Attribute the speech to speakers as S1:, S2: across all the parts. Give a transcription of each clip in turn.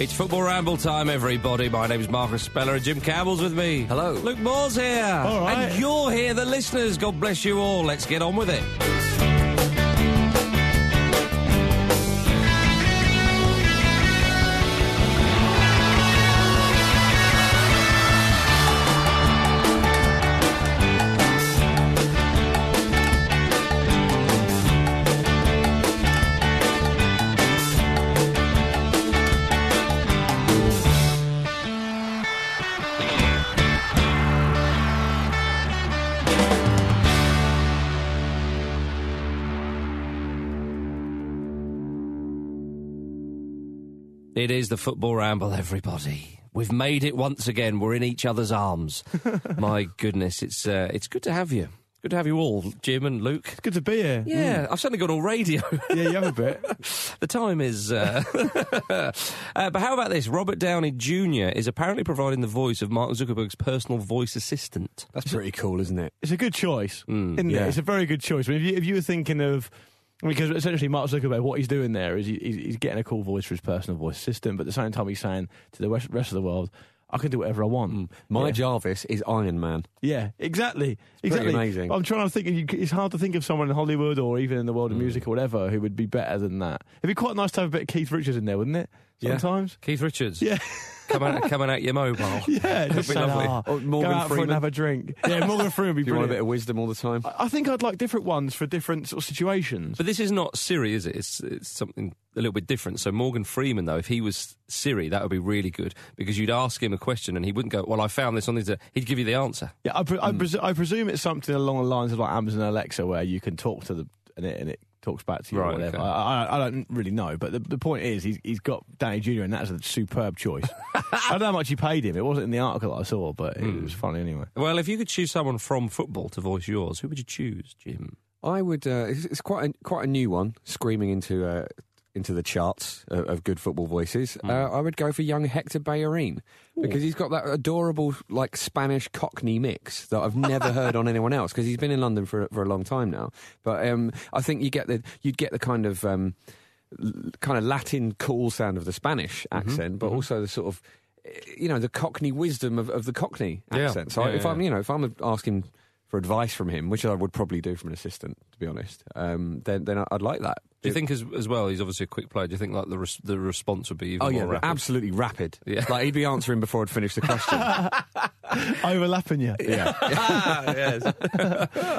S1: It's football ramble time, everybody. My name's Marcus Speller, and Jim Campbell's with me. Hello. Luke Moore's here.
S2: All right.
S1: And you're here, the listeners. God bless you all. Let's get on with it. It is the football ramble, everybody. We've made it once again. We're in each other's arms. My goodness, it's uh, it's good to have you. Good to have you all, Jim and Luke.
S2: Good to be here.
S1: Yeah, I've suddenly got all radio.
S2: Yeah, you have a bit.
S1: the time is. Uh, uh, but how about this? Robert Downey Jr. is apparently providing the voice of Mark Zuckerberg's personal voice assistant.
S3: That's pretty cool, isn't it? Hmm,
S2: It's a good choice, isn't
S3: yeah.
S2: it? It's a very good choice. I mean, if, you, if you were thinking of, because essentially Mark Zuckerberg, what he's doing there is he, he's, he's getting a cool voice for his personal voice system, but at the same time he's saying to the rest, rest of the world, I can do whatever I want.
S3: Hmm. My
S2: yeah.
S3: Jarvis is Iron Man.
S2: Yeah, exactly.
S3: pretty
S2: exactly.
S3: amazing.
S2: I'm trying to think. you c- It's hard to think of someone in Hollywood or even in the
S3: Hmm.
S2: world of music or whatever who would be better than that. It'd be quite nice to have a bit of Keith Richards in there, wouldn't it?
S3: Yeah.
S2: Sometimes.
S1: Keith Richards.
S2: Yeah.
S1: Coming out, coming out your mobile.
S2: Yeah, just
S1: be
S2: saying,
S1: lovely.
S2: "Ah,
S3: Or
S2: go
S3: Morgan
S2: out for and
S3: Freeman.
S2: have a drink. Yeah, Morgan Freeman would be
S3: Do you want
S2: brilliant.
S3: a bit of wisdom all the time?
S2: I I think I'd like different ones for different sort of situations.
S1: But this is not Siri, is it? It's, it's something a little bit different. So Morgan Freeman, though, if he was Siri, that would be really good because you'd ask him a question and he wouldn't go, "Well, I found this on the internet." He'd give you the answer.
S2: Yeah, I, pre- I,
S3: Hmm.
S2: presu- I presume it's something along the lines of like Amazon Alexa, where you can talk to the and it and it talks back to you
S1: Right,
S2: or whatever.
S1: okay.
S2: I, I, I don't really know, but the, the point is, he's he's got Danny Junior, and that's a superb choice. I don't know how much he paid him. It wasn't in the article I saw, but it
S3: Hmm.
S2: was funny anyway.
S1: Well, if you could choose someone from football to voice yours, who would you choose, Jim?
S3: I would. Uh, it's, it's quite a, quite a new one, screaming into uh, into the charts of, of good football voices. Uh, I would go for young Hector Bellerin because he's got that adorable like Spanish Cockney mix that I've never heard on anyone else because he's been in London for for a long time now. But um, I think you get the you'd get the kind of um, l- kind of Latin cool sound of the Spanish accent, but also the sort of eh, you know the Cockney wisdom of, of the Cockney
S1: Yeah.
S3: accent. So I-
S1: Yeah,
S3: if
S1: yeah.
S3: I'm you know if I'm asking for advice from him, which I would probably do from an assistant, to be honest, um, then then I'd like that.
S1: Do you think as as well? He's obviously a quick player. Do you think like the res- the response would be even
S3: Oh yeah,
S1: more rapid?
S3: absolutely rapid.
S1: Yeah.
S3: Like he'd be answering before I'd finished the question.
S2: Overlapping you.
S3: yeah,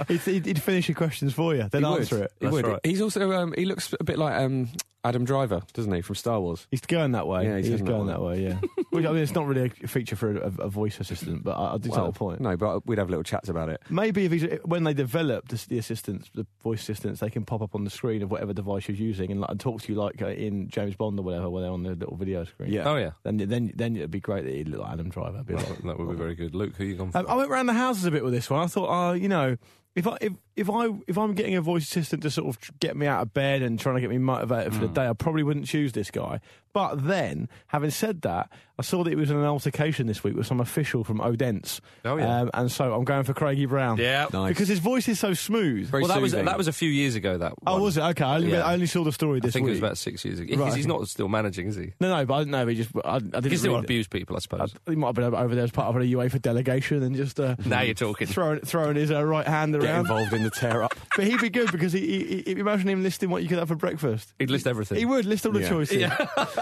S2: He'd, he'd, he'd finish your questions for you, then
S3: He would.
S2: answer it.
S3: He
S1: That's
S3: would.
S1: right.
S3: He's also um, he looks a bit like um, Adam Driver, doesn't he, from Star Wars?
S2: He's going that way.
S3: Yeah, he's
S2: he's
S3: heading that
S2: going
S3: way.
S2: that way. yeah. Which I mean, it's not really a feature for a, a voice assistant, but I, I do take the point.
S3: No, but we'd have little chats about it.
S2: Maybe if he's, when they develop the, the assistants, the voice assistants, they can pop up on the screen of whatever device you're using and, like, and talk to you like uh, in James Bond or whatever, where they're on the little video screen.
S3: Yeah.
S1: Oh yeah,
S2: Then, then, then it'd be great that he'd look like Adam Driver. It'd be like-
S1: that would be very good. Luke, who you gone for?
S2: Um, I went round the houses a bit with this one. I thought, uh, you know, if I if, if I if I'm getting a voice assistant to sort of tr- get me out of bed and trying to get me motivated
S1: Mm.
S2: for the day, I probably wouldn't choose this guy. But then, having said that, I saw that it was in an altercation this week with some official from Odense.
S1: Oh, yeah.
S2: um, and so I'm going for Craigie Brown.
S1: Yeah.
S3: Nice.
S2: because his voice is so smooth.
S3: Very
S1: well, that was
S3: soothing.
S1: that was a few years ago. That
S2: Oh,
S1: one.
S2: was it? Okay, I only,
S1: Yeah.
S2: I only saw the story
S1: I
S2: this
S1: think it
S2: week.
S1: was about six years ago. Because
S2: Right.
S1: he's not still managing, is he?
S2: no, no, but I didn't know. He just I, I didn't.
S1: He can still
S2: read it.
S1: abuse people, I suppose.
S2: I- he might have been over there as part of a UEFA delegation and just uh,
S1: Now you're talking.
S2: throwing throwing his uh, right hand
S3: Get
S2: around.
S3: involved in the tear up.
S2: But he'd be good because he, he, he imagine him listing what you could have for breakfast.
S1: He'd list everything.
S2: He would list all the
S3: Yeah.
S2: choices.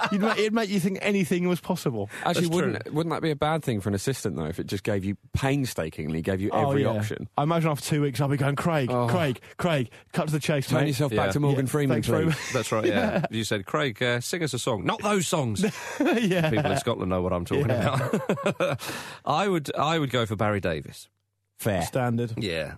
S2: You'd ma- it'd make you think anything was possible.
S3: Actually,
S1: That's
S3: wouldn't wouldn't that be a bad thing for an assistant though? If it just gave you painstakingly gave you every
S2: Oh, yeah.
S3: option.
S2: I imagine after two weeks, I'll be going, Craig,
S3: Oh.
S2: Craig, Craig, cut to the chase,
S3: Turn
S2: mate.
S3: yourself
S1: Yeah.
S3: back to Morgan
S2: Yeah,
S3: Freeman,
S2: thanks very
S3: please.
S1: That's right. Yeah, you said, Craig, uh, sing us a song. Not those songs.
S2: yeah.
S1: People in Scotland know what I'm talking
S2: Yeah.
S1: about. I would, I would go for Barry Davis.
S3: Fair.
S2: Standard.
S1: Yeah.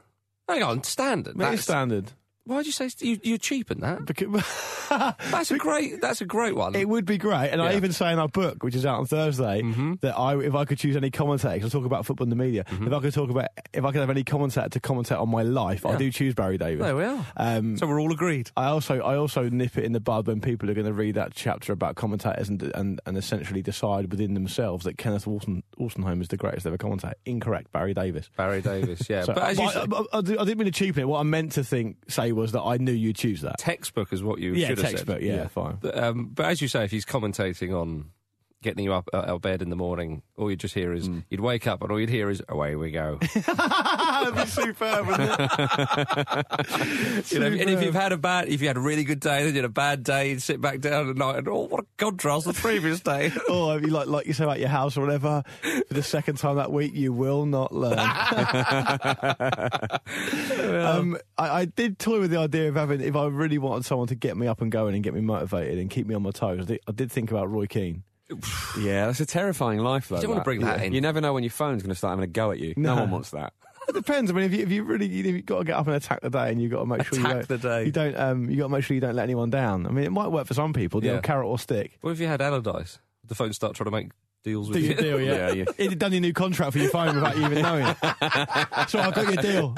S1: Hang on, standard.
S2: That
S1: That's-
S2: is standard.
S1: Why'd you say st- you, you're cheaping that?
S2: Because-
S1: That's a great. That's a great one.
S2: It would be great, and I
S1: Yeah. Mm-hmm.
S2: even say in our book, which is out on Thursday, that I, if I could choose any commentator, 'cause I talk about football in the media. If I could talk about, if I could have any commentator to commentate on my life, I do choose Barry Davis.
S1: There we are.
S2: Um,
S1: so we're all agreed.
S2: I also I also nip it in the bud when people are going to read that chapter about commentators and and, and essentially decide within themselves that Kenneth Walton Walsenholm is the greatest ever commentator. Incorrect, Barry Davis.
S1: Barry Davis. Yeah,
S2: So-
S1: but as you said,
S2: I, I- I didn't mean to cheapen it. What I meant to think say was that I knew you'd choose that.
S1: textbook is what you
S2: yeah,
S1: should have
S2: textbook.
S1: said.
S2: Yeah, fine.
S1: But, um, but as you say, if he's commentating on getting you up uh, out of bed in the morning, all you just hear is
S2: Mm.
S1: you'd wake up and all you'd hear is away we go.
S2: That'd be superb. Wouldn't it?
S1: You know, and if
S2: Superb.
S1: you've had a bad, if you had a really good day, then you had a bad day, you'd sit back down at night and oh, what a contrast the previous day.
S2: Or Oh, if you like like yourself at your house or whatever for the second time that week, you will not learn. Um, I, I did toy with the idea of having, if I really wanted someone to get me up and going and get me motivated and keep me on my toes, I did, I did think about Roy Keane.
S3: Yeah, that's a terrifying life though.
S1: You don't wanna
S3: that.
S1: bring that
S3: Yeah.
S1: in.
S3: You never know when your phone's going to start having a go at you. No,
S2: No.
S3: one wants that.
S2: It depends. I mean, if you, if you really if you've got to get up and attack the day, and you've got to make sure you
S1: Attack
S2: don't,
S1: the day.
S2: you don't um, you got to make sure you don't let anyone down. I mean, it might work for some people, the
S1: Yeah.
S2: old carrot or stick.
S1: What if you had Allardyce? The phone start trying to make deals with
S2: Do
S1: you.
S2: your deal, yeah.
S3: Yeah, yeah.
S2: He'd have done your new contract for your phone without you even knowing. so I've got your deal.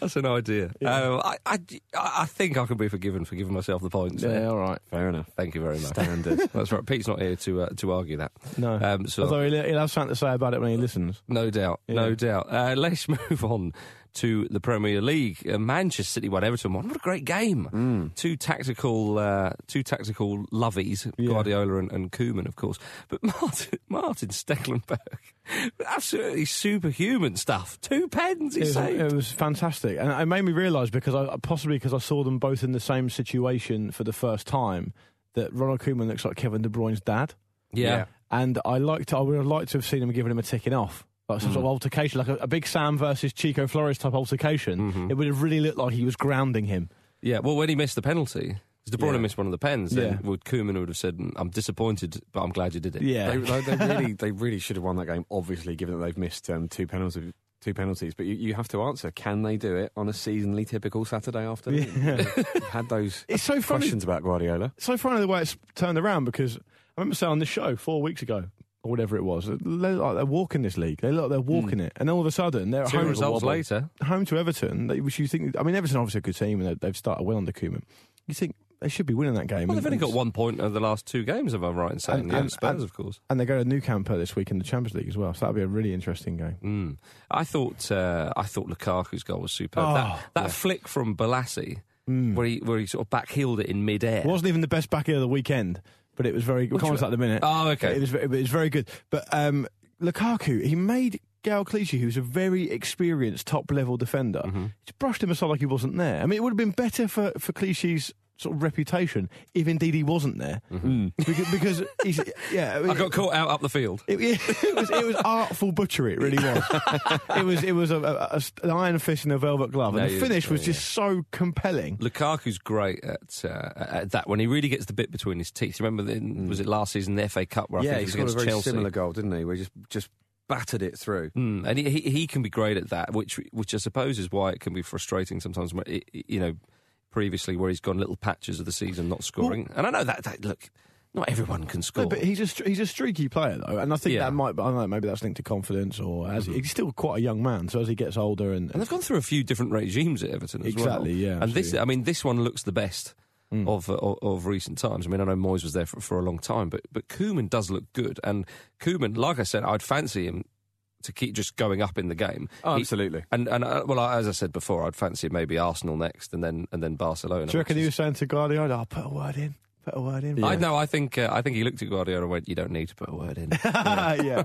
S1: That's an idea. Um, I, I, I think I can be forgiven for giving myself the points. there.
S2: all right.
S3: Fair enough.
S1: Thank you very much.
S3: Standard.
S1: That's right. Pete's not here to uh, to argue that.
S2: No.
S1: Um, so
S2: Although he'll, he'll have something to say about it when he listens.
S1: no doubt, no doubt. Uh, let's move on to the Premier League. Uh, Manchester City won Everton one. What a great game!
S2: Mm.
S1: Two tactical, uh, two tactical lovies, Guardiola and, and Koeman, of course. But Martin, Martin Stecklenberg, absolutely superhuman stuff. Two pens he
S2: It was,
S1: saved.
S2: it was fantastic, and it made me realise because I possibly because I saw them both in the same situation for the first time that Ronald Koeman looks like Kevin De Bruyne's dad,
S1: yeah.
S2: and I liked I would have liked to have seen him giving him a ticking off. Like some sort of altercation, like a, a big Sam versus Chico Flores type altercation, it would have really looked like he was grounding him.
S1: Yeah, well, when he missed the penalty, because De Bruyne
S3: Yeah.
S1: missed one of the pens, then
S2: Yeah.
S1: would Koeman would have said, "Mm, "I'm disappointed, but I'm glad you did it."
S2: Yeah,
S3: they, like, they really, they really should have won that game. Obviously, given that they've missed um, two penalties, two penalties. But you, you have to answer: Can they do it on a seasonally typical Saturday afternoon? We've had those
S2: It's so funny.
S3: questions about Guardiola.
S2: so funny the way it's turned around because I remember saying on this show four weeks ago or whatever it was, they look like they're walking this league. They look like they're walking it, and all of a sudden they're at
S1: Two
S2: home
S1: Hmm.
S2: to
S1: results
S2: Wobble.
S1: later.
S2: home to Everton, they, which you think, I mean, Everton are obviously a good team and they- they've started well under Koeman. You think they should be winning that game.
S1: Well,
S2: and-
S1: they've only
S2: and-
S1: got one point of the last two games, if I'm right in saying.
S2: And-
S1: yeah,
S2: and-
S1: Spurs,
S2: and-
S1: of course.
S2: And they go to New Camp this week in the Champions League as well, so that'll be a really interesting game.
S1: Mm. I thought uh, I thought Lukaku's goal was superb.
S2: Oh,
S1: that that flick from Balassi,
S3: Hmm.
S1: where he where he sort of backheeled it in midair.
S2: It wasn't even the best back end of the weekend, but it was very good. Comments at the minute.
S1: Oh, okay.
S2: It was, ve- it was very good. But um, Lukaku, he made Gael Clichy, who's a very experienced top level defender,
S1: Mm-hmm.
S2: just brushed him aside like he wasn't there. I mean, it would have been better for, for Clichy's sort of reputation if indeed he wasn't there. Because, because he's, yeah. I mean,
S1: Mm-hmm. I got caught out up the field.
S2: it, it was it was artful butchery. It really was. it was it was a, a- a s- an iron fist in a velvet glove, and
S1: No,
S2: the
S1: you-
S2: finish was
S1: yeah,
S2: just so compelling.
S1: Lukaku's great at, uh, at that when he really gets the bit between his teeth. Remember, the, was it last season the FA Cup where I
S3: Hmm. yeah,
S1: think
S3: he
S1: it was
S3: scored a
S1: against
S3: very
S1: Chelsea?
S3: similar goal, didn't he? We just just battered it through.
S1: Mm, and he, he he can be great at that, which which I suppose is why it can be frustrating sometimes. where it- it- You know, previously where he's gone little patches of the season not scoring, and I know that that look, not everyone can score.
S2: No, but he's a str- he's a streaky player though, and I think
S1: Yeah. Mm-hmm.
S2: that might I don't know maybe that's linked to confidence or as he's still quite a young man. So as he gets older and,
S1: and they've gone through a few different regimes at Everton as well.
S2: Exactly, yeah, Hmm.
S1: And this,
S2: absolutely.
S1: I mean, this one looks the best of, uh, of of recent times. I mean, I know Moyes was there for, for a long time, but but Koeman does look good, and Koeman, like I said, I'd fancy him to keep just going up in the game.
S3: Oh,
S1: He-
S3: absolutely.
S1: And and uh, well, as I said before, I'd fancy maybe Arsenal next, and then and then Barcelona.
S2: do you reckon
S1: which
S2: he
S1: is-
S2: was saying to Guardiola, "I'll put a word in, put a word in"?
S1: I know. I think uh, I think he looked at Guardiola and went, "You don't need to put a word in."
S2: Ah, yeah.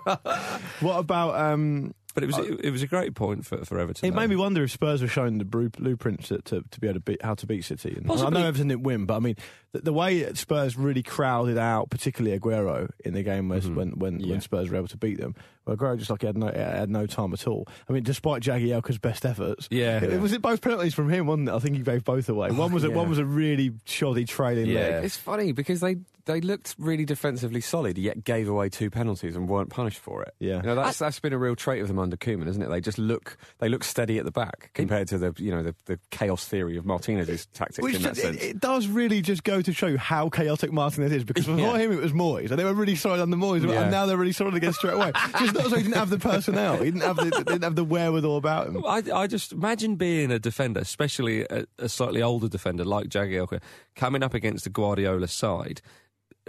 S2: what about? um
S1: but it was it, it was a great point for, for Everton.
S2: It made
S1: though.
S2: me wonder if Spurs were shown the bru- blueprints to, to, to be able to beat how to beat City. And I
S1: Possibly.
S2: know Everton didn't win, but I mean the, the way that Spurs really crowded out, particularly Aguero in the game
S1: Mm-hmm.
S2: was when when, when Spurs were able to beat them. Well, Aguero just like he had no had no time at all. I mean, despite Jagielka's best efforts,
S1: Yeah.
S2: it, was it both penalties from him, wasn't it? I think he gave both away. One was a, one was a really shoddy trailing
S1: Yeah.
S2: leg.
S3: It's funny because they they looked really defensively solid, yet gave away two penalties and weren't punished for it.
S2: Yeah.
S3: you know, that's that's been a real trait of them under Koeman, isn't it? They just look they look steady at the back compared to the you know the, the chaos theory of Martinez's tactics
S2: Which
S3: in that
S2: just, it,
S3: sense.
S2: it does really just go to show how chaotic Martinez is because before him it was Moyes and they were really solid on the Moyes
S3: Yeah.
S2: and now they're really solid against straight away. just not as though he didn't have the personnel, he didn't have the, didn't have the wherewithal about him.
S1: I, I just imagine being a defender, especially a, a slightly older defender like Jagielka, coming up against the Guardiola side,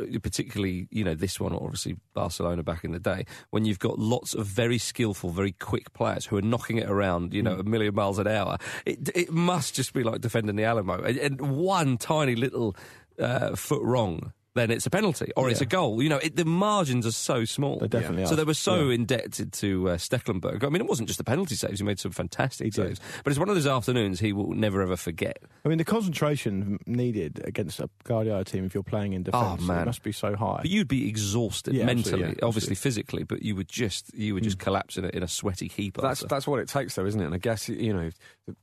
S1: uh, particularly you know this one, or obviously Barcelona back in the day, when you've got lots of very skillful, very quick players who are knocking it around, you know, a million miles an hour. It it must just be like defending the Alamo, and, and one tiny little uh, foot wrong. Then it's a penalty or it's a goal. You know, it, the margins are so small.
S2: They definitely
S1: So
S2: are.
S1: they were so indebted to uh, Stecklenburg. I mean, it wasn't just the penalty saves; he made some fantastic saves. But it's one of those afternoons he will never ever forget.
S2: I mean, the concentration needed against a Guardiola team if you're playing in defence
S1: Oh, man.
S2: it must be so high.
S1: But you'd be exhausted
S2: Yeah,
S1: mentally,
S2: absolutely, yeah,
S1: obviously physically, but you would just you would just collapse in a, in a sweaty heap.
S3: That's
S1: after.
S3: that's what it takes, though, isn't it? And I guess you know, the-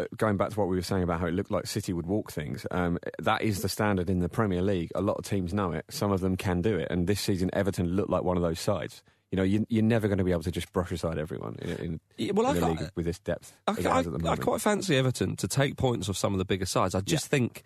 S3: uh, going back to what we were saying about how it looked like City would walk things, um, that is the standard in the Premier League. A lot of teams know it. Some of them can do it, and this season Everton looked like one of those sides. You know, you, you're never going to be able to just brush aside everyone in, in,
S1: Yeah, well,
S3: in
S1: I
S3: the
S1: can't-
S3: league with this depth.
S1: I,
S3: as it
S1: I,
S3: has at the
S1: I
S3: moment.
S1: quite fancy Everton to take points off some of the bigger sides. I just think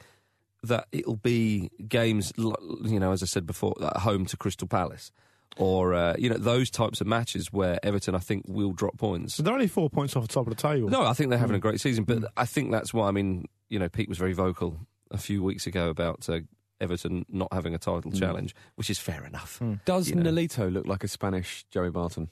S1: that it'll be games, l- you know, as I said before, at home to Crystal Palace, or uh, you know, those types of matches where Everton, I think, will drop points.
S2: so they're only four points off the top of the table.
S1: No, I think they're having a
S2: Mm.
S1: great season, but I think that's why. I mean, you know, Pete was very vocal a few weeks ago about uh, Everton not having a title
S2: Mm.
S1: challenge, which is fair enough.
S3: Does
S1: you know.
S3: Nolito look like a Spanish Joey Barton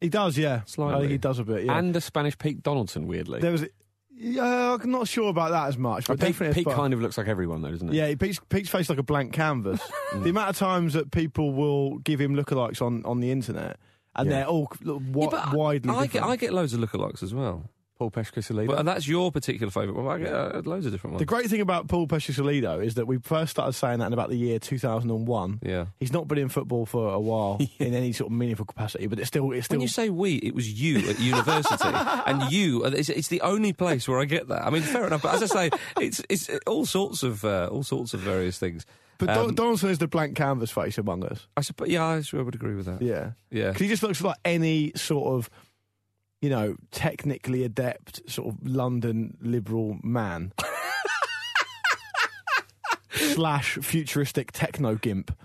S2: He does, yeah.
S1: Slightly.
S2: I think he does a bit, yeah.
S3: and a Spanish Pete Donaldson? Weirdly,
S2: there was, yeah, I'm not sure about that as much. But
S3: But Pete,
S2: definitely a
S3: Pete
S2: spot.
S3: kind of looks like everyone, though, doesn't he?
S2: Yeah, Pete's, Pete's face like a blank canvas. the amount of times that people will give him lookalikes on, on the internet, and
S3: Yeah.
S2: they're all look, wi-
S1: Yeah, but
S2: widely
S1: I get,
S2: different.
S1: I get loads of lookalikes as well.
S3: Paul Pescosalida.
S1: Well, and that's your particular favourite one. I get uh, loads of different ones.
S2: the great thing about Paul Pescicolido is that we first started saying that in about the year 2001.
S1: yeah.
S2: He's not been in football for a while in any sort of meaningful capacity, but it's still it's
S1: When
S2: still
S1: you say we, it was you at university, and you. uh, It's, it's the only place where I get that. I mean, fair enough. But as I say, it's it's all sorts of uh, all sorts of various things.
S2: But Don
S1: um,
S2: Donaldson is the blank canvas face among us.
S1: I suppose, yeah, I sure would agree with that.
S2: Yeah.
S1: yeah.
S2: 'Cause he just looks like any sort of, you know, technically adept sort of London liberal man. slash futuristic techno gimp.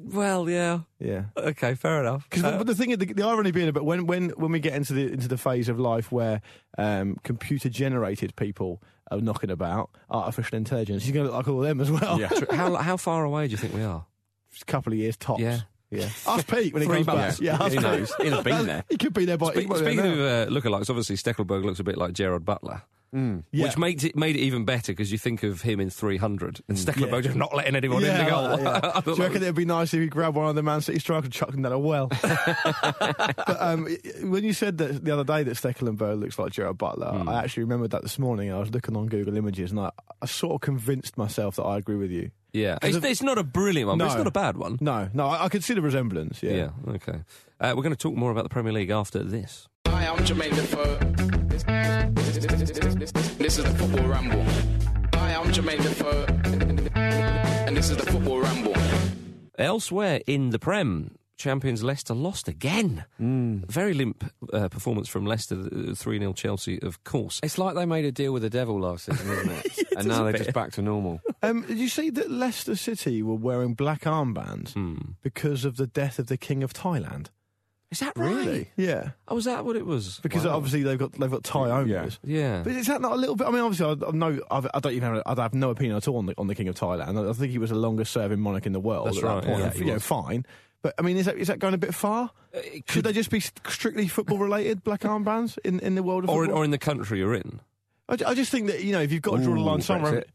S1: Well, yeah.
S2: Yeah.
S1: Okay, fair enough. Uh,
S2: Because the, but the thing, is, the, the irony being about when, when, when we get into the into the phase of life where um, computer generated people are knocking about artificial intelligence, he's going to look like all of them as well.
S3: Yeah.
S1: Tr- how how far away do you think we are?
S2: Just a couple of years tops.
S1: Yeah.
S2: yeah. Ask Pete when he
S1: Three
S2: comes back.
S1: months.
S2: Yeah, ask
S3: Who
S2: Pete.
S3: knows? He'll have been there.
S2: He could be there by. he
S1: Spe-
S2: might be there
S1: speaking uh,
S2: now.
S1: of uh, lookalikes, obviously Steckelberg looks a bit like Gerard Butler.
S2: Yeah.
S1: Which makes it made it even better because you think of him in 300 and Stecklenburg
S2: Mm. Yeah.
S1: just not letting anyone in
S2: Yeah,
S1: the goal.
S2: like that, yeah.
S1: I
S2: Do
S1: thought
S2: you reckon
S1: that was-
S2: it'd be nice if you grabbed one of the Man City strikers and chucked him down a well? but um, when you said that the other day that Stekelenburg looks like Gerard Butler,
S1: Hmm.
S2: I actually remembered that this morning. I was looking on Google Images and I, I sort of convinced myself that I agree with you.
S1: yeah,
S2: 'Cause
S1: it's,
S2: of-
S1: it's not a brilliant one, but it's
S2: No.
S1: not a bad one.
S2: No, no, I, I could see the resemblance. Yeah.
S1: Yeah, okay. Uh, we're going to talk more about the Premier League after this.
S4: Hi, I'm Jermaine Defoe. This, this, this, this, this, this, this, this is the Football Ramble. Hi, I'm Jermaine Defoe. And this is the Football Ramble.
S1: Elsewhere in the Prem, champions Leicester lost again.
S2: Mm.
S1: Very limp uh, performance from Leicester, 3 0 Chelsea, of course.
S3: It's like they made a deal with the devil last season, isn't it? and now they're just back to normal.
S2: Um, did you see that Leicester City were wearing black
S1: Hmm.
S2: armbands because of the death of the King of Thailand?
S1: Is that right?
S2: Yeah.
S1: Oh, was that what it was?
S2: Because
S1: Wow.
S2: obviously they've got they've got Thai owners.
S1: Yeah.
S2: But is that not a little bit? I mean, obviously, I, I know I've, I don't even have, I have no opinion at all on the, on the King of Thailand. I, I think he was the longest serving monarch in the world
S1: That's
S2: at
S1: right,
S2: that point.
S1: yeah, he
S2: you know,
S1: was.
S2: fine. But I mean, is that is that going a bit far? Should they just be st- strictly football related black armbands in, in the world of
S1: Or in,
S2: football?
S1: or in the country you're in.
S2: I, ju- I just think that you know if you've got to draw a
S3: Ooh,
S2: line somewhere.
S3: Brexit.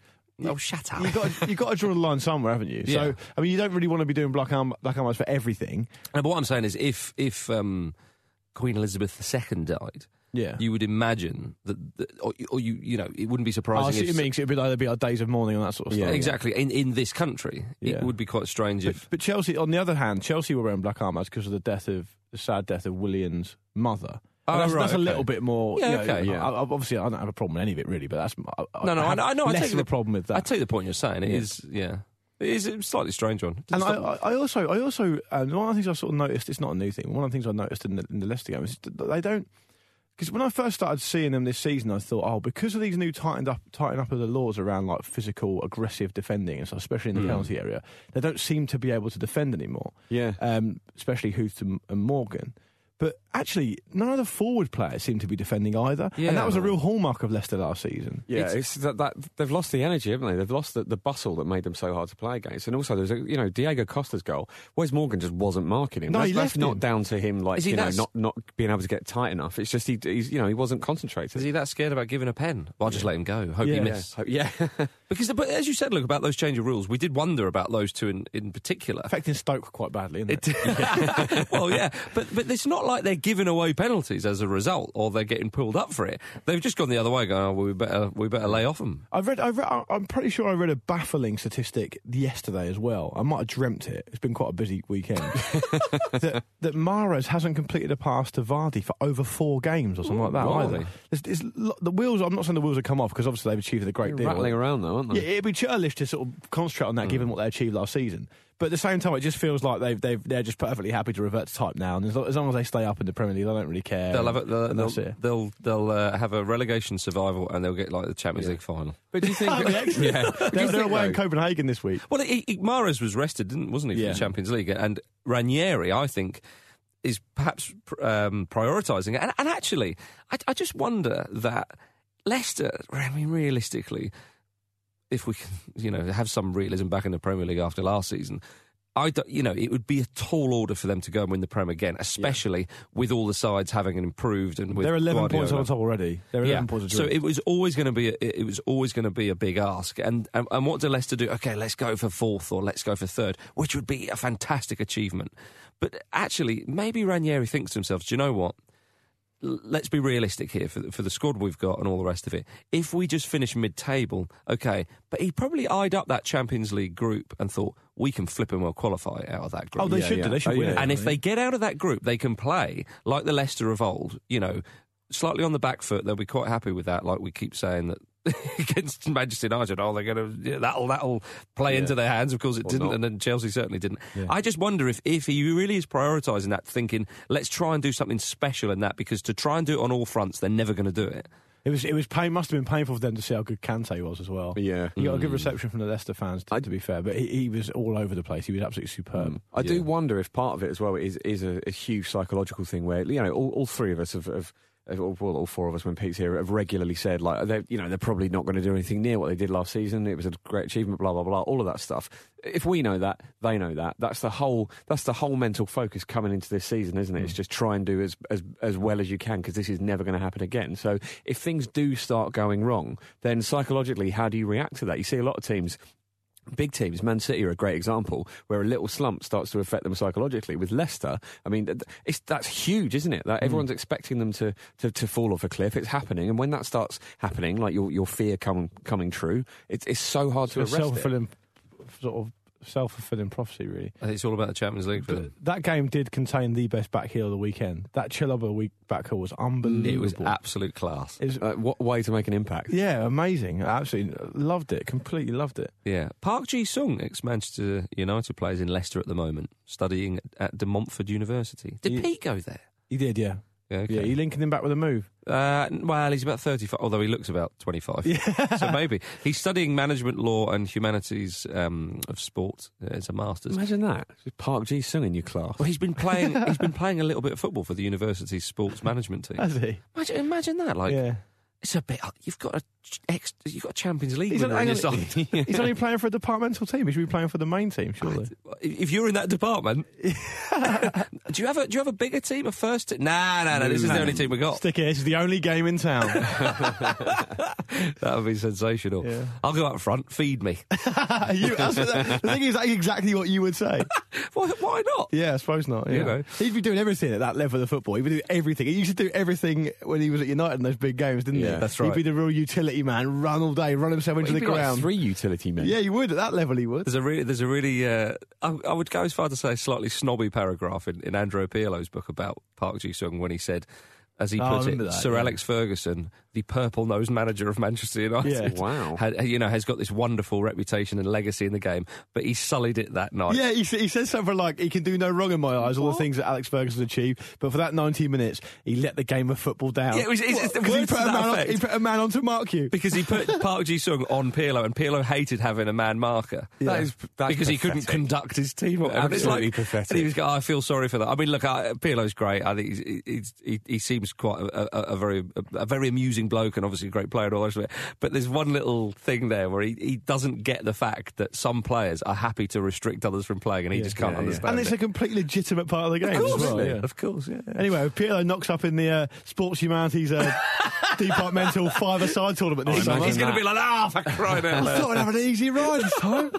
S1: Oh, shut up.
S2: You've got, to, you've got to draw a line somewhere, haven't you?
S1: Yeah.
S2: So, I mean, you don't really want to be doing black, arm, black armbands for everything.
S1: No, but what I'm saying is, if if um, Queen Elizabeth II died,
S2: Yeah.
S1: you would imagine that, that or, or you you know, it wouldn't be
S2: Oh, I
S1: surprising.
S2: see what
S1: if,
S2: you mean, 'cause it'd be like, there'd be like days of mourning and that sort of stuff.
S1: exactly in in this country,
S2: Yeah.
S1: it would be quite strange if.
S2: But Chelsea, on the other hand, Chelsea were wearing black armbands because of the death of the sad death of William's mother.
S1: Oh,
S2: And that's,
S1: right,
S2: that's a
S1: okay.
S2: little bit more.
S1: Yeah,
S2: you know,
S1: okay, yeah.
S2: I, I- obviously, I don't have a problem with any of it really, but that's I,
S1: No, no,
S2: I,
S1: I,
S2: have
S1: know- I know. I
S2: Less
S1: take
S2: of
S1: the
S2: a problem with
S1: I
S2: that.
S1: take the point you're saying. It
S2: Yeah.
S1: is, yeah. It is a slightly strange one.
S2: and I,
S1: Stop-
S2: I I also, I also, um, one of the things I sort of noticed. It's not a new thing. One of the things I noticed in the, in the Leicester game is that they don't. Because when I first started seeing them this season, I thought, oh, because of these new tightened up, tightened up of the laws around like physical, aggressive defending, and stuff, especially in the penalty area, they don't seem to be able to defend anymore.
S3: Yeah.
S2: um, especially Huth and, and Morgan. But actually, none of the forward players seem to be defending either,
S1: Yeah.
S2: and that was a real hallmark of Leicester last season.
S3: Yeah, it's, that, that they've lost the energy, haven't they? They've lost the, the bustle that made them so hard to play against. And also, there's a you know Diego Costa's goal. Wes Morgan just wasn't marking him.
S2: No,
S3: that's,
S2: he
S3: that's
S2: left
S3: not
S2: him.
S3: down to him, like
S1: Is he
S3: you know,
S1: that-
S3: not not being able to get tight enough. It's just he, he's you know he wasn't concentrated.
S1: Is he that scared about giving a pen? Well, I'll just let him go. Hope he
S2: Yeah.
S1: misses.
S3: yeah,
S1: Because, but as you said, look about those change of rules. We did wonder about those two in, in particular.
S2: affecting Stoke quite badly. Isn't it?
S1: well, yeah, but but it's not like they're giving away penalties as a result, or they're getting pulled up for it. They've just gone the other way, going, "Oh, well, we better we better lay off them."
S2: I've read, I've read, I- I'm pretty sure I read a baffling statistic yesterday as well. I might have dreamt it. It's been quite a busy weekend. that, that Mares hasn't completed a pass to Vardy for over four games or something like that
S1: blimey.
S2: either. There's, there's, lo- the wheels, I'm not saying the wheels have come off because obviously they've achieved a great deal.
S3: rattling around Mm. though, aren't they?
S2: Yeah, it'd be churlish to sort of concentrate on that given what they achieved last season. But at the same time, it just feels like they've, they've, they're just perfectly happy to revert to type now. And as lo- as long as they stay up in the Premier League, they don't really care.
S1: They'll
S2: And-
S1: have a, they'll
S2: and
S1: they'll,
S2: that's it.
S1: they'll, they'll, uh, have a relegation survival, and they'll get like the Champions League final.
S3: But do you think?
S2: That'd be excellent.
S3: Yeah.
S2: They're-
S3: Do you
S2: they're
S3: think,
S2: away in
S3: though-
S2: Copenhagen this week.
S1: Well, it, it, Mahrez was rested, didn't wasn't he, for
S2: Yeah.
S1: the Champions League? And Ranieri, I think, is perhaps pr- um, prioritising it. And, and actually, I, I just wonder that Leicester. I mean, realistically, if we can, you know, have some realism back in the Premier League after last season. I don't, you know, it would be a tall order for them to go and win the Prem again, especially with all the sides having improved and with
S2: They're 11 points
S1: Guardiola.
S2: on top already. They're 11 points on top.
S1: So it was always going to be a, it was always going to be a big ask. And, and and what do Leicester do? Okay, let's go for fourth or let's go for third, which would be a fantastic achievement. But actually, maybe Ranieri thinks to himself, do you know what? L- Let's be realistic here for the, for the squad we've got and all the rest of it. If we just finish mid-table, okay. But he probably eyed up that Champions League group and thought we can flip and well qualify out of that group.
S2: Oh, they
S3: Yeah,
S2: should do.
S3: yeah.
S2: They should
S3: Oh,
S2: win
S3: yeah.
S2: it.
S1: And if they get out of that group, they can play like the Leicester of old, you know, slightly on the back foot. They'll be quite happy with that, like we keep saying that. against Manchester United, oh, they're going to yeah, that'll that'll play into their hands. Of course, it didn't,
S3: not.
S1: and then Chelsea certainly didn't. I just wonder if if he really is prioritising that, thinking let's try and do something special in that because to try and do it on all fronts, they're never going to do it.
S2: It was it was pain must have been painful for them to see how good Kante was as well.
S3: Yeah. Mm. hmm.
S2: he got a good reception from the Leicester fans. To, to be fair, but he, he was all over the place. He was absolutely superb.
S3: I do wonder if part of it as well is is a, a huge psychological thing where you know all, all three of us have, have uh, all, well, all four of us, when Pete's here, have regularly said like, they, you know, they're probably not going to do anything near what they did last season. It was a great achievement, blah blah blah, all of that stuff. If we know that, they know that. That's the whole. That's the whole mental focus coming into this season, isn't it? It's just try and do as as as well as you can because this is never going to happen again. So if things do start going wrong, then psychologically, how do you react to that? You see a lot of teams Big teams, Man City are a great example where a little slump starts to affect them psychologically. With Leicester, I mean, th- it's, that's huge, isn't it? That everyone's expecting them to, to, to fall off a cliff. It's happening, and when that starts happening, like your your fear coming coming true, it's it's so hard to
S2: a
S3: arrest
S2: self
S3: it.
S2: fulfilling sort of self fulfilling prophecy, really.
S1: I think it's all about the Champions Leack for them.
S2: That game did contain the best back heel of the weekend. That Chilaba week back heel was unbelievable.
S1: It was absolute class.
S2: It was-
S3: Uh, what way to make an impact?
S2: yeah, amazing. I absolutely loved it. Completely loved it.
S1: Yeah. Park Ji Sung, ex Manchester United plays in Leicester at the moment, studying at De Montfort University. Did
S2: You-
S1: Pete go there?
S2: He did, yeah.
S1: Yeah,
S2: Yeah,
S1: okay.
S2: you linking him back with a move.
S1: uh, well, he's about 35, although he looks about 25. so maybe. He's studying management law and humanities um, of sport as a master's.
S3: Imagine that. Just Park Ji Sung in your class.
S1: Well, he's been playing. he's been playing a little bit of football for the university's sports management team.
S2: Has he?
S1: Imagine, imagine that! Like,
S2: yeah.
S1: it's a bit. uh, You've got a ch- ex, you've got a Champions League
S2: He's
S1: winner
S2: an-
S1: on your
S2: hang
S1: side.
S2: He's only playing for a departmental team. He should be playing for the main team, surely.
S1: if you're in that department, do you have a do you have a bigger team, a first team? Nah, nah, nah. This is the only team we got.
S2: Stick it. This is the only game in town.
S1: That would be sensational.
S2: Yeah.
S1: I'll go up front. Feed me.
S2: You- that's- the thing is, that's exactly what you would say.
S1: why, why not?
S2: Yeah, I suppose not.
S1: You
S2: yeah.
S1: know.
S2: He'd be doing everything at that level of football. He would do everything. He used to do everything when he was at United in those big games, didn't
S3: Yeah,
S2: he?
S1: that's right.
S2: He'd be the real utility man, run all day, run himself into
S3: He'd
S2: the
S3: be like
S2: ground.
S3: three utility men.
S2: yeah, you would. At that level, he would.
S1: There's a really, there's a really, uh, I, I would go as far to say slightly snobby paragraph in, in Andrew Pirlo's book about Park Ji Sung when he said, as he
S2: Oh, I
S1: put it,
S2: remember that,
S1: Sir
S2: yeah.
S1: Alex Ferguson, the purple-nosed manager of Manchester United,
S2: Yeah.
S3: Wow.
S1: had, you know, has got this wonderful reputation and legacy in the game, but he sullied it that night.
S2: Yeah, he, s- he says something like, he can do no wrong in my eyes, all the things that Alex Ferguson achieved, but for that 90 minutes, he let the game of football down.
S1: Yeah, it was- it's- it's-
S2: What?
S1: it was
S2: 'Cause he,
S1: words
S2: put
S1: to
S2: a
S1: that
S2: man on,
S1: effect.
S2: he put a man on to mark you.
S1: Because he put Park Ji Sung on Pirlo, and Pirlo hated having a man marker.
S3: That is that's
S1: because he couldn't
S3: pathetic.
S1: conduct his team. or whatever. It's
S3: Absolutely
S1: like-
S3: pathetic.
S1: And he was, go, "Oh, I feel sorry for that. I mean, look, I, Pirlo's great. I think he's, he's, he, he seems quite a, a, a very a, very amusing bloke and obviously a great player and all the rest of it. But there's one little thing there where he, he doesn't get the fact that some players are happy to restrict others from playing, and he just can't
S3: yeah, yeah.
S1: understand.
S2: And it's
S1: it.
S2: a completely legitimate part of the game. as
S1: course, isn't
S2: well,
S1: it?
S2: yeah.
S1: of course, yeah.
S2: Anyway, Pirlo knocks up in the uh, sports humanities uh, departmental five-a-side tournament this summer.
S1: He's going to be like, ah, for crying out
S2: I
S1: loud.
S2: thought I'd have an easy ride this time.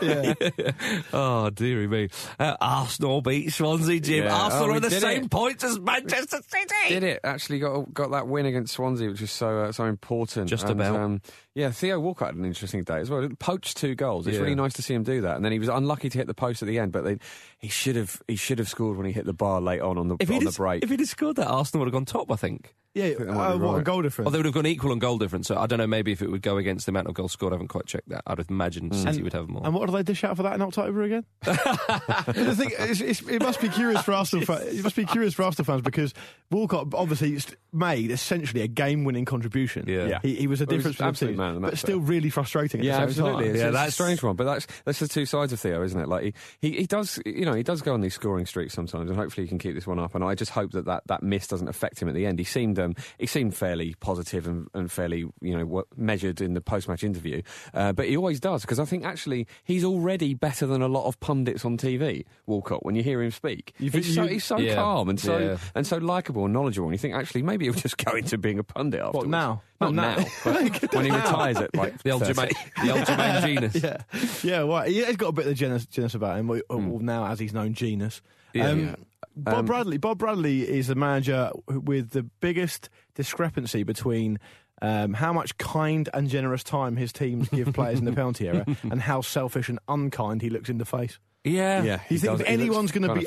S2: yeah.
S1: Oh, dearie me. Uh, Arsenal beat Swansea, Jim.
S3: Yeah.
S1: Arsenal
S3: Oh, we
S1: are the
S3: did
S1: same
S3: it.
S1: points as Manchester City.
S3: did it actually got got that win against Swansea, which was so uh, so important.
S1: Just
S3: And,
S1: about.
S3: Um, yeah, Theo Walcott had an interesting day as well. Poached two goals. It's
S1: Yeah.
S3: really nice to see him do that. And then he was unlucky to hit the post at the end, but they, he should have he should have scored when he hit the bar late on on the
S1: If
S3: on
S1: he'd,
S3: the break.
S1: if he'd have scored that, Arsenal would have gone top, I think.
S2: Yeah,
S3: that might
S2: uh,
S3: be
S2: what a
S3: right.
S2: goal difference.
S1: Or they would have gone equal on goal difference. So I don't know, maybe if it would go against the amount of goals scored, I haven't quite checked that. I'd imagine
S3: Mm.
S1: City would have more.
S2: and what do they dish out for that in October again? the thing, it's, it's, it must be curious for Arsenal. Fa- it must be curious for Arsenal fans because Walcott obviously st- made essentially a game-winning contribution.
S1: Yeah. Yeah.
S2: he, he was a
S3: Well, he
S2: difference,
S3: was
S2: for the
S3: absolute
S2: team,
S3: man of the
S2: but
S3: match
S2: still really frustrating. At
S3: yeah,
S2: the same
S3: absolutely.
S2: Time.
S3: It's,
S1: Yeah,
S3: it's
S1: that's-
S3: a strange one, but that's that's the two sides of Theo, isn't it? Like he, he, he does, you know, he does go on these scoring streaks sometimes, and hopefully he can keep this one up. And I just hope that that, that miss doesn't affect him at the end. He seemed um, he seemed fairly positive and, and fairly you know wo- measured in the post match interview, uh, but he always does because I think actually he's already better than a lot of pundits on TV. Walcott, when you hear him speak,
S2: You think
S3: he's so,
S2: you-
S3: he's so
S1: Yeah.
S3: calm and so
S1: Yeah.
S3: and so likable and knowledgeable, and you think actually maybe he'll just go into being a pundit afterwards.
S2: now?
S3: Not
S2: Not
S3: now,
S2: now.
S3: but when he retires at like
S1: the old
S3: 30.
S1: Jermaine, the old Jermaine genus.
S2: Yeah, yeah. Well, he has got a bit of genus, genus about him. Well, well, now as he's known, genus.
S1: Yeah.
S2: Um, Bob Bradley. Bob Bradley is the manager with the biggest discrepancy between. Um, how much kind and generous time his teams give players in the penalty area, and how selfish and unkind he looks in the face.
S1: Yeah.
S3: Yeah.
S2: You
S3: He
S2: think
S3: does-
S2: if
S3: he looks
S2: anyone's going to
S3: kinda
S2: be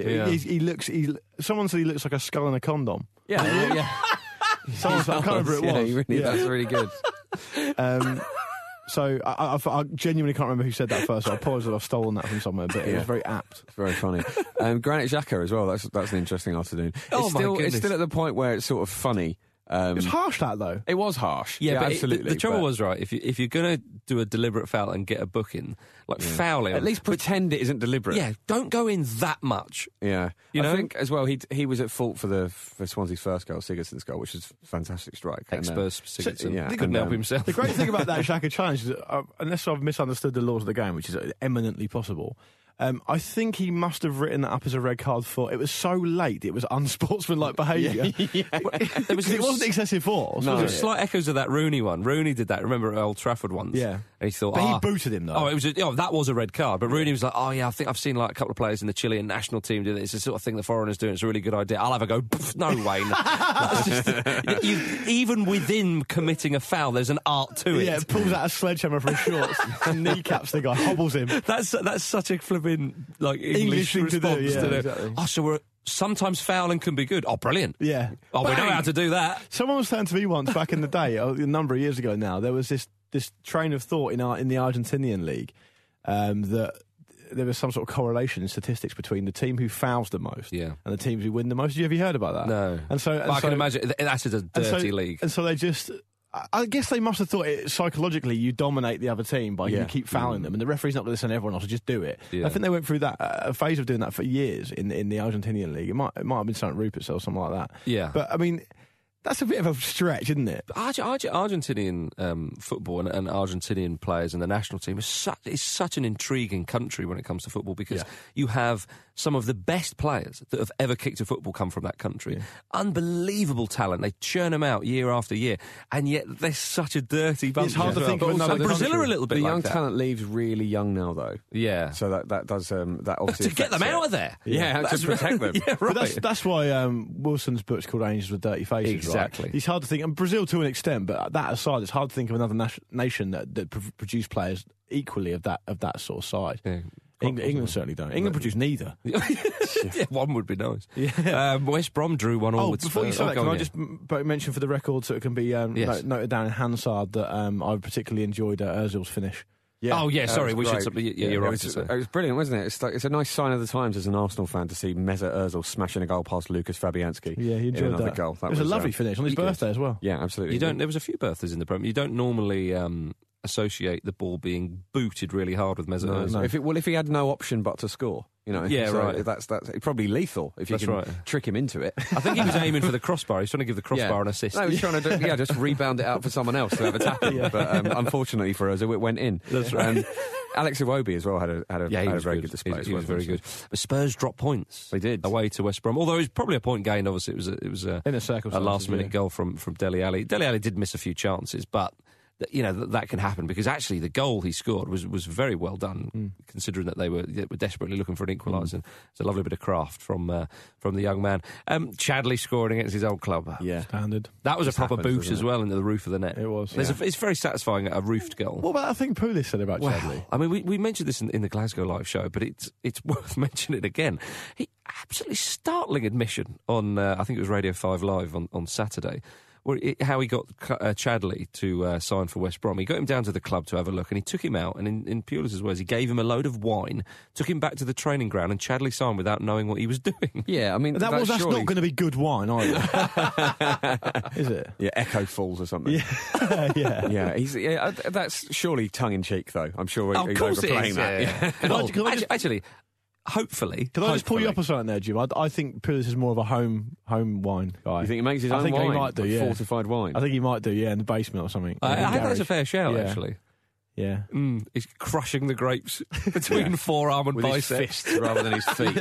S2: unkind, he-
S1: Yeah.
S2: he, he looks. He, someone said he looks like a skull in a condom.
S3: Yeah, yeah.
S2: Someone said, I can't remember who it
S3: Yeah,
S2: was.
S3: he really-
S2: Yeah.
S3: That's really good.
S2: Um, so I, I, I genuinely can't remember who said that first. So I apologise that I've stolen that from somewhere, but it was very apt.
S3: It's very funny. Um, Granite Xhaka as well. That's that's an interesting afternoon.
S1: Oh,
S3: it's
S1: my
S3: still
S1: goodness.
S3: it's still at the point where it's sort of funny. Um,
S2: It's harsh that though.
S3: it was harsh.
S1: Yeah, but it- the-
S3: absolutely.
S1: the, trouble
S3: but
S1: was right. If you if you're gonna do a deliberate foul and get a booking, like fouling,
S3: at least pretend it isn't deliberate.
S1: yeah, don't go in that much.
S3: Yeah,
S1: You
S3: I
S1: know?
S3: think as well he he was at fault for the for Swansea's first goal, Sigurdsson's goal, which was a fantastic strike. And uh, then-
S1: Ex-Spurs Sigurdsson.
S3: yeah,
S1: He couldn't
S3: and,
S1: help
S3: um,
S1: himself.
S2: The great thing about that Shaka challenge is, that, uh, unless I've misunderstood the laws of the game, which is eminently possible, um, I think he must have written that up as a red card for. It was so late, it was unsportsmanlike behaviour.
S1: There was
S2: Because it wasn't excessive force.
S3: No.
S2: was it?
S1: There's slight echoes of that Rooney one. Rooney did that. Remember at Old Trafford once?
S2: Yeah.
S1: And he thought,
S2: But he
S1: "Ah."
S2: booted him, though.
S1: Oh, it was. A, oh, that was a red card. But Rooney was like, oh yeah, I think I've seen like a couple of players in the Chilean national team do this. It's the sort of thing the foreigners do. It's a really good idea. I'll have a go. Pff, No, Wayne. That's just- you- even within committing a foul, there's an art to it.
S2: Yeah, pulls out a sledgehammer from his shorts, and kneecaps the guy, hobbles him.
S1: That's that's such a flipping like
S2: English
S1: English,
S2: thing to do,
S1: response to,
S2: yeah,
S1: the-
S2: exactly.
S1: Oh, so we're sometimes fouling can be good. Oh, brilliant.
S2: Yeah.
S1: Oh, we know
S2: Bang!
S1: how to do that.
S2: Someone was saying to me once back in the day, a number of years ago now, there was this this train of thought in our, in the Argentinian league um, that there was some sort of correlation in statistics between the team who fouls the most
S1: Yeah.
S2: and the teams who win the most. Have you ever heard about that?
S1: No.
S2: And so and
S1: But I
S2: so-
S1: can imagine th- that's a
S2: and
S1: dirty
S2: so-
S1: league.
S2: And so they just. I- I guess they must have thought it psychologically you dominate the other team by
S3: Yeah.
S2: you keep fouling them, and the referee's not going to send everyone else to just do it.
S1: Mm. Yeah.
S2: I think they went through that uh, a phase of doing that for years in in the Argentinian league. It might it might have been St. Rupert's or something like that.
S1: Yeah.
S2: but I mean, that's a bit of a stretch, isn't it?
S1: Arge- Arge- Argentinian um, football and, and Argentinian players and the national team is such, is such an intriguing country when it comes to football because you have some of the best players that have ever kicked a football come from that country. Unbelievable talent. They churn them out year after year, and yet they're such a dirty bunch.
S2: hard
S1: as
S2: to
S1: well.
S2: think
S1: But
S2: of
S1: also
S2: another
S1: Brazil
S2: country.
S1: are a little bit
S3: the
S1: like
S3: young
S1: that.
S3: talent leaves really young now though.
S1: Yeah.
S3: So that that does um that
S1: to
S3: obviously
S1: get them
S3: affects
S1: out
S3: it.
S1: of there.
S3: Yeah, to
S1: That's-
S3: protect them.
S1: yeah,
S2: But
S1: right.
S2: that's that's why um, Wilson's book's called Angels with Dirty Faces. right?
S1: Exactly.
S2: It's hard to think, and Brazil to an extent, but that aside, it's hard to think of another nas- nation that that pr- produced players equally of that of that sort of size. England, England certainly don't. England produced neither.
S1: yeah, one would be nice. Um, West Brom drew one all
S2: Oh,
S1: with
S2: before you
S1: Spurs.
S2: say
S1: Oh,
S2: that,
S1: go
S2: can
S1: on,
S2: I
S1: yeah.
S2: just m- b- mention for the record so it can be um,
S1: Yes.
S2: no- noted down in Hansard that um, I particularly enjoyed uh, Ozil's finish.
S1: Oh, yeah,
S3: that
S1: sorry,
S3: was
S1: we should-
S3: um, great.
S1: yeah, you're right
S3: It was,
S1: to say.
S3: it was brilliant, wasn't it? It's like it's a nice sign of the times as an Arsenal fan to see Meza Özil smashing a goal past Lucas Fabianski.
S2: Yeah, he
S3: in
S2: enjoyed
S3: another
S2: that.
S3: goal. That
S2: it was, a lovely
S3: uh,
S2: finish on his
S3: yeah.
S2: birthday as well.
S3: Yeah, absolutely.
S1: You don't. There was a few birthdays in the Premier. You don't normally um, associate the ball being booted really hard with Mesut
S3: No,
S1: Ozil.
S3: If it, well, if he had no option but to score, you know.
S1: Yeah,
S3: so
S1: right.
S3: That's that's probably lethal if you
S1: That's
S3: can
S1: right.
S3: trick him into it.
S1: I think he was aiming for the crossbar. He was trying to give the crossbar an assist.
S3: No, he was trying to do, yeah, just rebound it out for someone else to have a tap. in. But um, unfortunately for us, it went in. That's right. Um, Alex Iwobi as well had a had a,
S1: yeah, he
S3: had a
S1: was
S3: very good,
S1: good.
S3: display.
S1: He,
S3: as
S1: he was
S3: well,
S1: very good.
S3: wasn't
S1: But Spurs dropped points.
S3: They did.
S1: away to West Brom. Although it was probably a point gained. Obviously, it was a, it was a,
S2: In the
S1: a
S2: circumstances,
S1: last minute
S2: yeah.
S1: goal from from Deli Ali. Deli Ali did miss a few chances, but. th- You know that, that can happen because actually the goal he scored was, was very well done, considering that they were they were desperately looking for an equaliser. It's a lovely bit of craft from uh, from the young man. Um, Chadley scoring against his old club.
S3: he? Yeah.
S2: Standard.
S1: That was a proper
S3: happens,
S1: boot
S3: doesn't
S1: as
S3: it?
S1: well into the roof of the net.
S2: It was,
S1: There's
S2: yeah.
S1: a- it's very satisfying a roofed goal.
S2: What about that thing Pulis said about
S1: Well,
S2: Chadley?
S1: I mean, we, we mentioned this in, in the Glasgow live show, but it's it's worth mentioning again. He absolutely startling admission on uh, I think it was Radio Five Live on, on Saturday, where it, how he got C- uh, Chadley to uh, sign for West Brom. He got him down to the club to have a look, and he took him out. And in, in Pulis's words, he gave him a load of wine, took him back to the training ground, and Chadley signed without knowing what he was doing.
S3: Yeah, I mean
S2: That was that's
S3: surely-
S2: not going to be good wine either, is it?
S3: Yeah, Echo Falls or something. Yeah,
S2: yeah.
S3: yeah, he's, yeah uh, that's surely tongue in cheek though. I'm sure he-
S1: Oh,
S3: he's overplaying that. Oh,
S1: yeah.
S2: I-
S1: Well,
S2: can I just-
S1: actu- actually, hopefully,
S2: Can I just pull you up
S3: Hopefully.
S2: on something there, Jim? I, I think Pulis is more of a home home wine guy.
S3: You think he makes his
S2: I
S3: own
S2: think
S3: wine?
S2: He might do,
S3: Like
S2: yeah.
S3: Fortified wine. Uh,
S2: I think he might do, yeah, in the basement or something.
S1: I,
S2: Or in
S1: I
S2: the
S1: think that's a
S2: garage.
S1: fair shout,
S2: Yeah.
S1: actually.
S2: Yeah.
S1: Mm, he's crushing the grapes between
S3: Yeah.
S1: forearm and
S3: with his
S1: bicep.
S3: fists rather than his feet.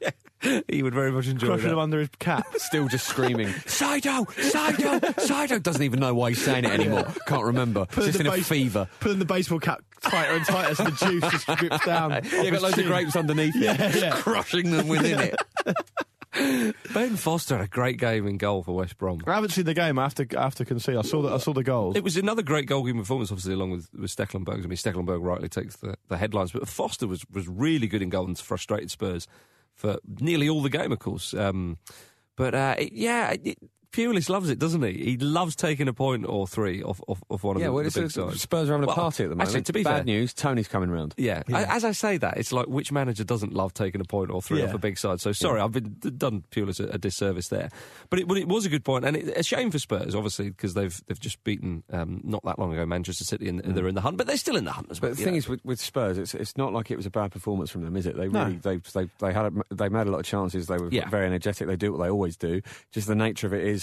S1: yeah. He would very much enjoy
S2: Crushing
S1: that.
S2: him under his cap.
S3: Still just screaming, Sido, Sido, Sido. Doesn't even know why he's saying it anymore. Can't remember.
S2: Pulling
S3: just
S2: the
S3: in a
S2: base-
S3: fever.
S2: Pulling the baseball cap tighter and tighter so the juice just drips down.
S3: Yeah, got loads of grapes underneath it,
S2: Yeah, yeah.
S3: crushing them within it.
S1: Ben Foster had a great game in goal for West Brom.
S2: I haven't seen the game. I have to, I have to concede. I saw the, I saw the goals.
S1: It was another great goalkeeping performance, obviously, along with, with Stecklenberg. I mean, Stecklenberg rightly takes the, the headlines, but Foster was, was really good in goal and frustrated Spurs for nearly all the game, of course. Um, but uh, it- yeah, it, Pulis loves it, doesn't he? He loves taking a point or three off off, off one of
S3: Yeah,
S1: the,
S3: well,
S1: the
S3: it's,
S1: big
S3: it's-
S1: sides.
S3: Spurs are having a
S1: Well,
S3: party at the moment.
S1: Actually, to be
S3: Bad
S1: fair,
S3: news, Tony's coming round.
S1: Yeah. I- as I say that, it's like which manager doesn't love taking a point or three
S2: Yeah.
S1: off a big side. So sorry, I've been done Pulis a, a disservice there. But it, but it was a good point, and it, a shame for Spurs, obviously, because they've they've just beaten um, not that long ago Manchester City, and they're
S2: Mm.
S1: in the hunt. But they're still in the hunt as well.
S3: But the
S1: you
S3: thing
S1: know.
S3: is, with, with Spurs, it's it's not like it was a bad performance from them, is it? They
S2: No.
S3: really they they they had a, they made a lot of chances. They were
S1: Yeah.
S3: very energetic. They do what they always do. Just the nature of it is,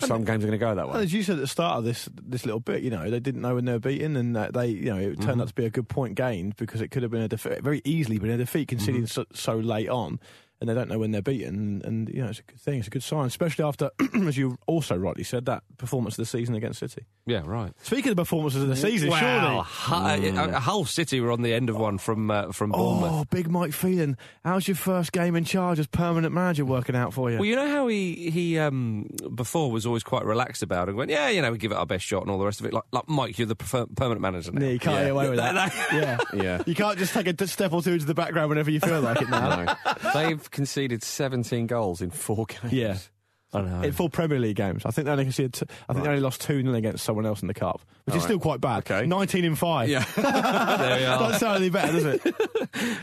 S3: some games are going to go that
S2: Well,
S3: way.
S2: as you said at the start of this this little bit, you know, they didn't know when they were beaten, and uh, they, you know, it turned out to be a good point gained because it could have been a defeat, very easily been a defeat, conceding so, so late on, and they don't know when they're beaten, and, and you know, it's a good thing, it's a good sign, especially after, as you also rightly said, that performance of the season against City.
S1: yeah, right.
S2: Speaking of performances of the season,
S1: Wow,
S2: surely. Mm.
S1: Hu- uh, uh, Hull City were on the end of one from uh, from Bournemouth.
S2: Oh, big Mike Phelan. How's your first game in charge as permanent manager working out for you?
S1: Well, you know how he he um, before was always quite relaxed about it. and went, yeah, you know, we give it our best shot and all the rest of it. Like, like Mike, you're the prefer- permanent manager now.
S2: yeah, you can't get away with
S1: That-
S2: that. yeah.
S3: Yeah.
S2: You can't just take a d- step or two into the background whenever you feel like it now.
S3: No. They've conceded 17 goals in four games.
S2: Yeah.
S1: I know.
S2: In four Premier League games, I think they only conceded. T- I think they only lost two 0 against someone else in the cup, which is still quite bad.
S3: Okay.
S2: Nineteen in five.
S3: Yeah.
S1: There we are.
S2: Doesn't sound any better, does it?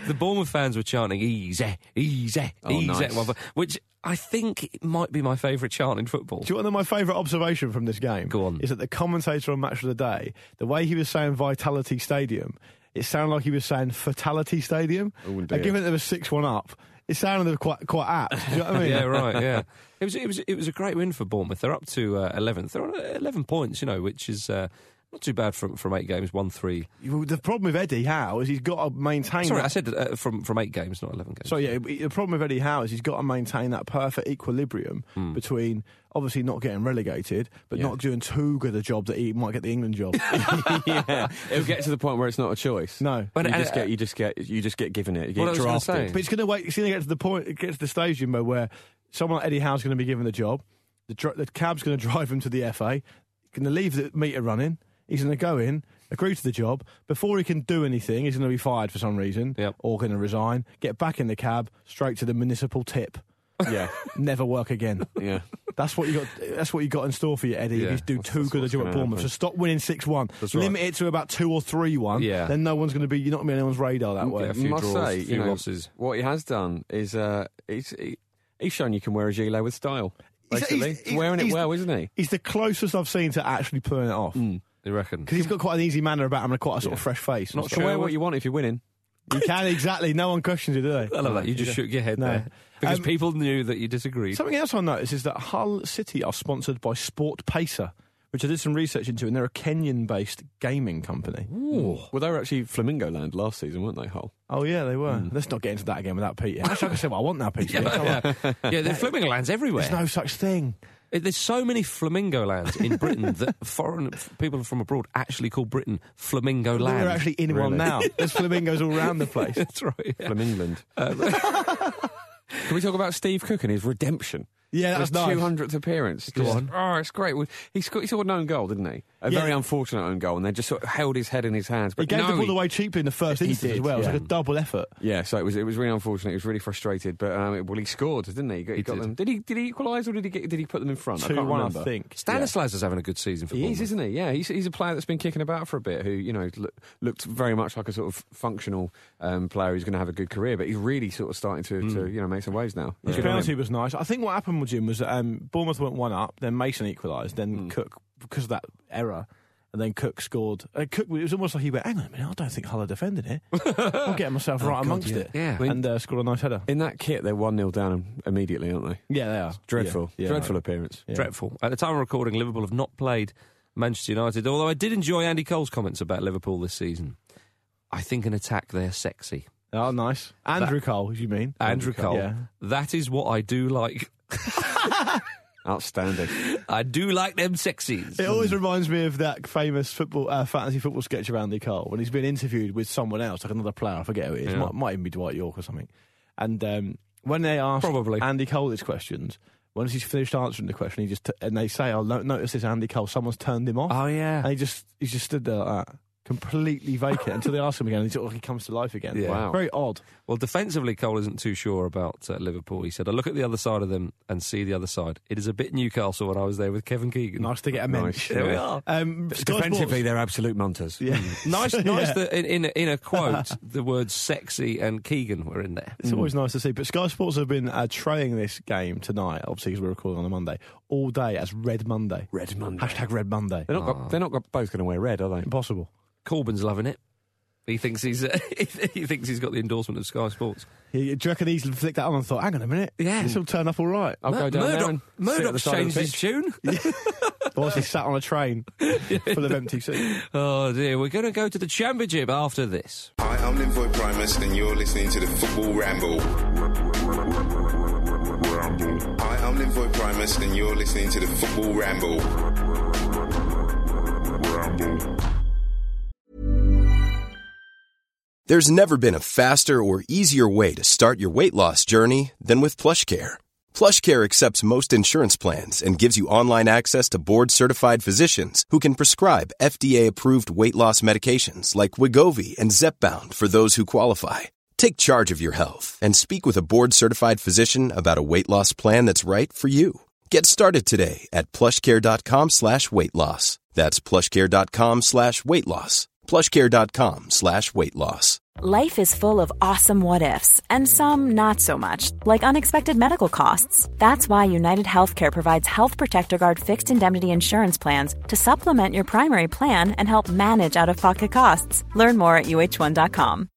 S1: the Bournemouth fans were chanting eh, "easy, easy,
S3: Oh,
S1: easy,"
S3: nice.
S1: well, eh," which I think might be my favourite chant in football.
S2: Do you want to know my favourite observation from this game?
S1: Go on.
S2: Is that the commentator on Match of the Day, the way he was saying Vitality Stadium, it sounded like he was saying Fatality Stadium.
S3: Oh, dear.
S2: and given that there was 6 1 up, it sounded quite, quite apt. Do you know what I mean?
S1: yeah, right. Yeah, it was it was it was a great win for Bournemouth. They're up to uh, 11th. They're on uh, 11 points, you know, which is uh, not too bad from from eight games. One three.
S2: Well, The problem with Eddie Howe is he's got to maintain.
S1: Sorry, I
S2: that-
S1: said uh, from from eight games, not 11 games.
S2: So yeah, the problem with Eddie Howe is he's got to maintain that perfect equilibrium
S3: Hmm.
S2: between obviously not getting relegated, but not doing too good a job that he might get the England job.
S3: yeah. It'll get to the point where it's not a choice.
S2: No.
S3: But
S1: But,
S3: you
S1: uh,
S3: just get you just get you just get given it. You
S1: What I was
S3: get
S1: gonna
S3: drafted.
S2: But it's going to wait. It's going to get to the point. It gets to the stage, Jimbo, where someone like Eddie Howe's going to be given the job. The, dr- the cab's going to drive him to the FA. Going to leave the meter running. He's going to go in, agree to the job. Before he can do anything, he's going to be fired for some reason,
S1: Yep.
S2: or going to resign. Get back in the cab, straight to the municipal tip.
S3: Yeah.
S2: Never work again.
S3: Yeah.
S2: That's what you got. That's what you got in store for you, Eddie.
S1: Yeah,
S2: you just do
S3: that's-
S2: too
S3: that's
S2: good a
S3: what's
S2: job at
S3: gonna
S2: Bournemouth.
S3: happen.
S2: So stop winning six one.
S1: That's right.
S2: Limit it to about two or three one.
S1: Yeah. Mm,
S2: Then no one's going to be. You're not going to be on anyone's radar that way.
S1: a few
S3: must
S1: draws,
S3: say,
S1: a
S3: you
S1: few
S3: know,
S1: losses.
S3: What he has done is uh, he's he, he's shown you can wear a gilet with style.
S2: He's- he's-
S3: Basically, he's,
S2: he's-
S3: wearing it
S2: he's-
S3: well, isn't he?
S2: He's the closest I've seen to actually pulling it off. Because
S1: You reckon?
S2: he's got quite an easy manner about him and quite a sort of fresh face.
S1: Not
S3: You can wear
S1: Sure.
S3: what you want if you're winning.
S2: You can, exactly. No one questions you, do they?
S1: I love that. You just shook your head
S2: No.
S1: there because
S2: Um,
S1: people knew that you disagreed.
S2: Something else I noticed is that Hull City are sponsored by Sport Pacer, which I did some research into, and they're a Kenyan based gaming company.
S3: Well, they were actually Flamingo Land last season, weren't they, Hull?
S2: Oh, yeah, they were. Let's not get into that again without Peter. Actually, I can say what I want now, Peter. Come on.
S1: Mm. yeah, yeah, there are flamingo lands everywhere.
S2: There's no such thing.
S1: It- There's so many flamingo lands in Britain that foreign f- people from abroad actually call Britain flamingo
S2: Well,
S1: land.
S2: We're actually in one
S3: Really?
S2: now. There's flamingos all around the place.
S1: That's right. yeah.
S3: Flamingland. Um, Can we talk about Steve Cook and his redemption?
S2: Yeah, that's
S3: his
S2: nice.
S3: 200th appearance. Just- Oh, it's great. Well, He scored, he scored an own goal, didn't he? A
S2: Yeah.
S3: very unfortunate own goal, and they just sort of held his head in his hands. But
S2: He gave
S3: no,
S2: the ball away cheaply in the first
S3: He
S2: instance as
S3: did,
S2: well. It's
S3: yeah.
S2: like a double effort.
S3: Yeah, so it was it was really unfortunate. He was really frustrated, but um, well, he scored, didn't he? He got, he got
S1: did.
S3: them. Did he did he equalise or did he get, did he put them in front? I
S2: Two
S3: can't
S2: one, I
S3: remember.
S2: think.
S1: Stanislas is having a good season for
S3: He is,
S1: Bournemouth.
S3: isn't he? Yeah, he's, he's a player that's been kicking about for a bit. Who you know look, looked very much like a sort of functional um, player who's going to have a good career, but he's really sort of starting to,
S2: Hmm.
S3: to you know make some waves now.
S2: His
S3: Good on
S2: penalty
S3: him.
S2: was nice. I think what happened with Jim was that um, Bournemouth went one up, then Mason equalised, then Cook because of that error, and then Cook scored. Uh, Cook it was almost like he went, "Hang on a minute, I don't think Hull are defending it. I'm getting myself right amongst it."
S1: Yeah.
S2: and uh, scored a nice header.
S3: In that kit, they're one 0 down immediately, aren't they?
S2: Yeah, they are
S3: Dreadful,
S2: Yeah. Yeah.
S3: dreadful appearance.
S1: Dreadful. At the time of recording, Liverpool have not played Manchester United, although I did enjoy Andy Cole's comments about Liverpool this season. I think an attack there sexy.
S2: Oh, nice. Andrew Cole, you mean
S1: Andrew Cole.
S2: Yeah.
S1: That is what I do like.
S3: Outstanding.
S1: I do like them sexies.
S2: It always reminds me of that famous football uh, fantasy football sketch of Andy Cole when he's been interviewed with someone else, like another player. I forget who it is. Might, might even be Dwight York or something. And um, when they ask
S1: Probably.
S2: Andy Cole these questions, once he's finished answering the question, he just t- and they say, "Oh, no, notice this, Andy Cole. Someone's turned him off."
S1: Oh, yeah.
S2: And he just he just stood there like that. completely vacant until they ask him again, and he sort of he comes to life again.
S1: Yeah. Wow.
S2: Very odd.
S1: Well, defensively, Cole isn't too sure about uh, Liverpool. He said, I look at the other side of them and see the other side. It is a bit Newcastle when I was there with Kevin Keegan.
S2: Nice to get a mensch.
S1: There we are.
S2: Um, Sky
S3: Defensively,
S2: Sports-
S3: they're absolute munters.
S2: yeah.
S1: Nice, nice
S2: Yeah.
S1: that in, in, a, in a quote, the words sexy and Keegan were in there.
S2: It's always nice to see. But Sky Sports have been uh, trailing this game tonight, obviously, because we're recording on a Monday, all day as Red Monday.
S3: Red Monday.
S2: Hashtag Red Monday.
S3: They're not, got, they're not got, both going to wear red, are they?
S2: Impossible.
S1: Corbyn's loving it. He thinks he's uh, he thinks he's got the endorsement of Sky Sports.
S2: He, do you reckon he's flicked that on and thought, hang on a minute,
S1: Yeah.
S2: this will turn up all right?
S3: I'll go down there and
S1: Murdoch,
S3: sit at the
S1: Murdoch's
S3: side of the
S1: changed his
S3: pitch.
S1: tune.
S2: or he sat on a train full of empty seats.
S1: Oh dear, we're going to go to the championship after this.
S5: Hi, I'm Linvoy Primus, and you're listening to the Football Ramble. Hi, I'm Linvoy Primus, and you're listening to the Football Ramble.
S6: There's never been a faster or easier way to start your weight loss journey than with PlushCare. PlushCare accepts most insurance plans and gives you online access to board-certified physicians who can prescribe FDA-approved weight loss medications like Wigovi and Zepbound for those who qualify. Take charge of your health and speak with a board-certified physician about a weight loss plan that's right for you. Get started today at plushcare.com slash weight loss. That's plushcare.com slash weight loss. plushcare.com slash weight loss.
S7: Life is full of awesome what ifs, and some not so much, like unexpected medical costs. That's why United Healthcare provides Health Protector Guard fixed indemnity insurance plans to supplement your primary plan and help manage out of pocket costs. Learn more at uh1.com.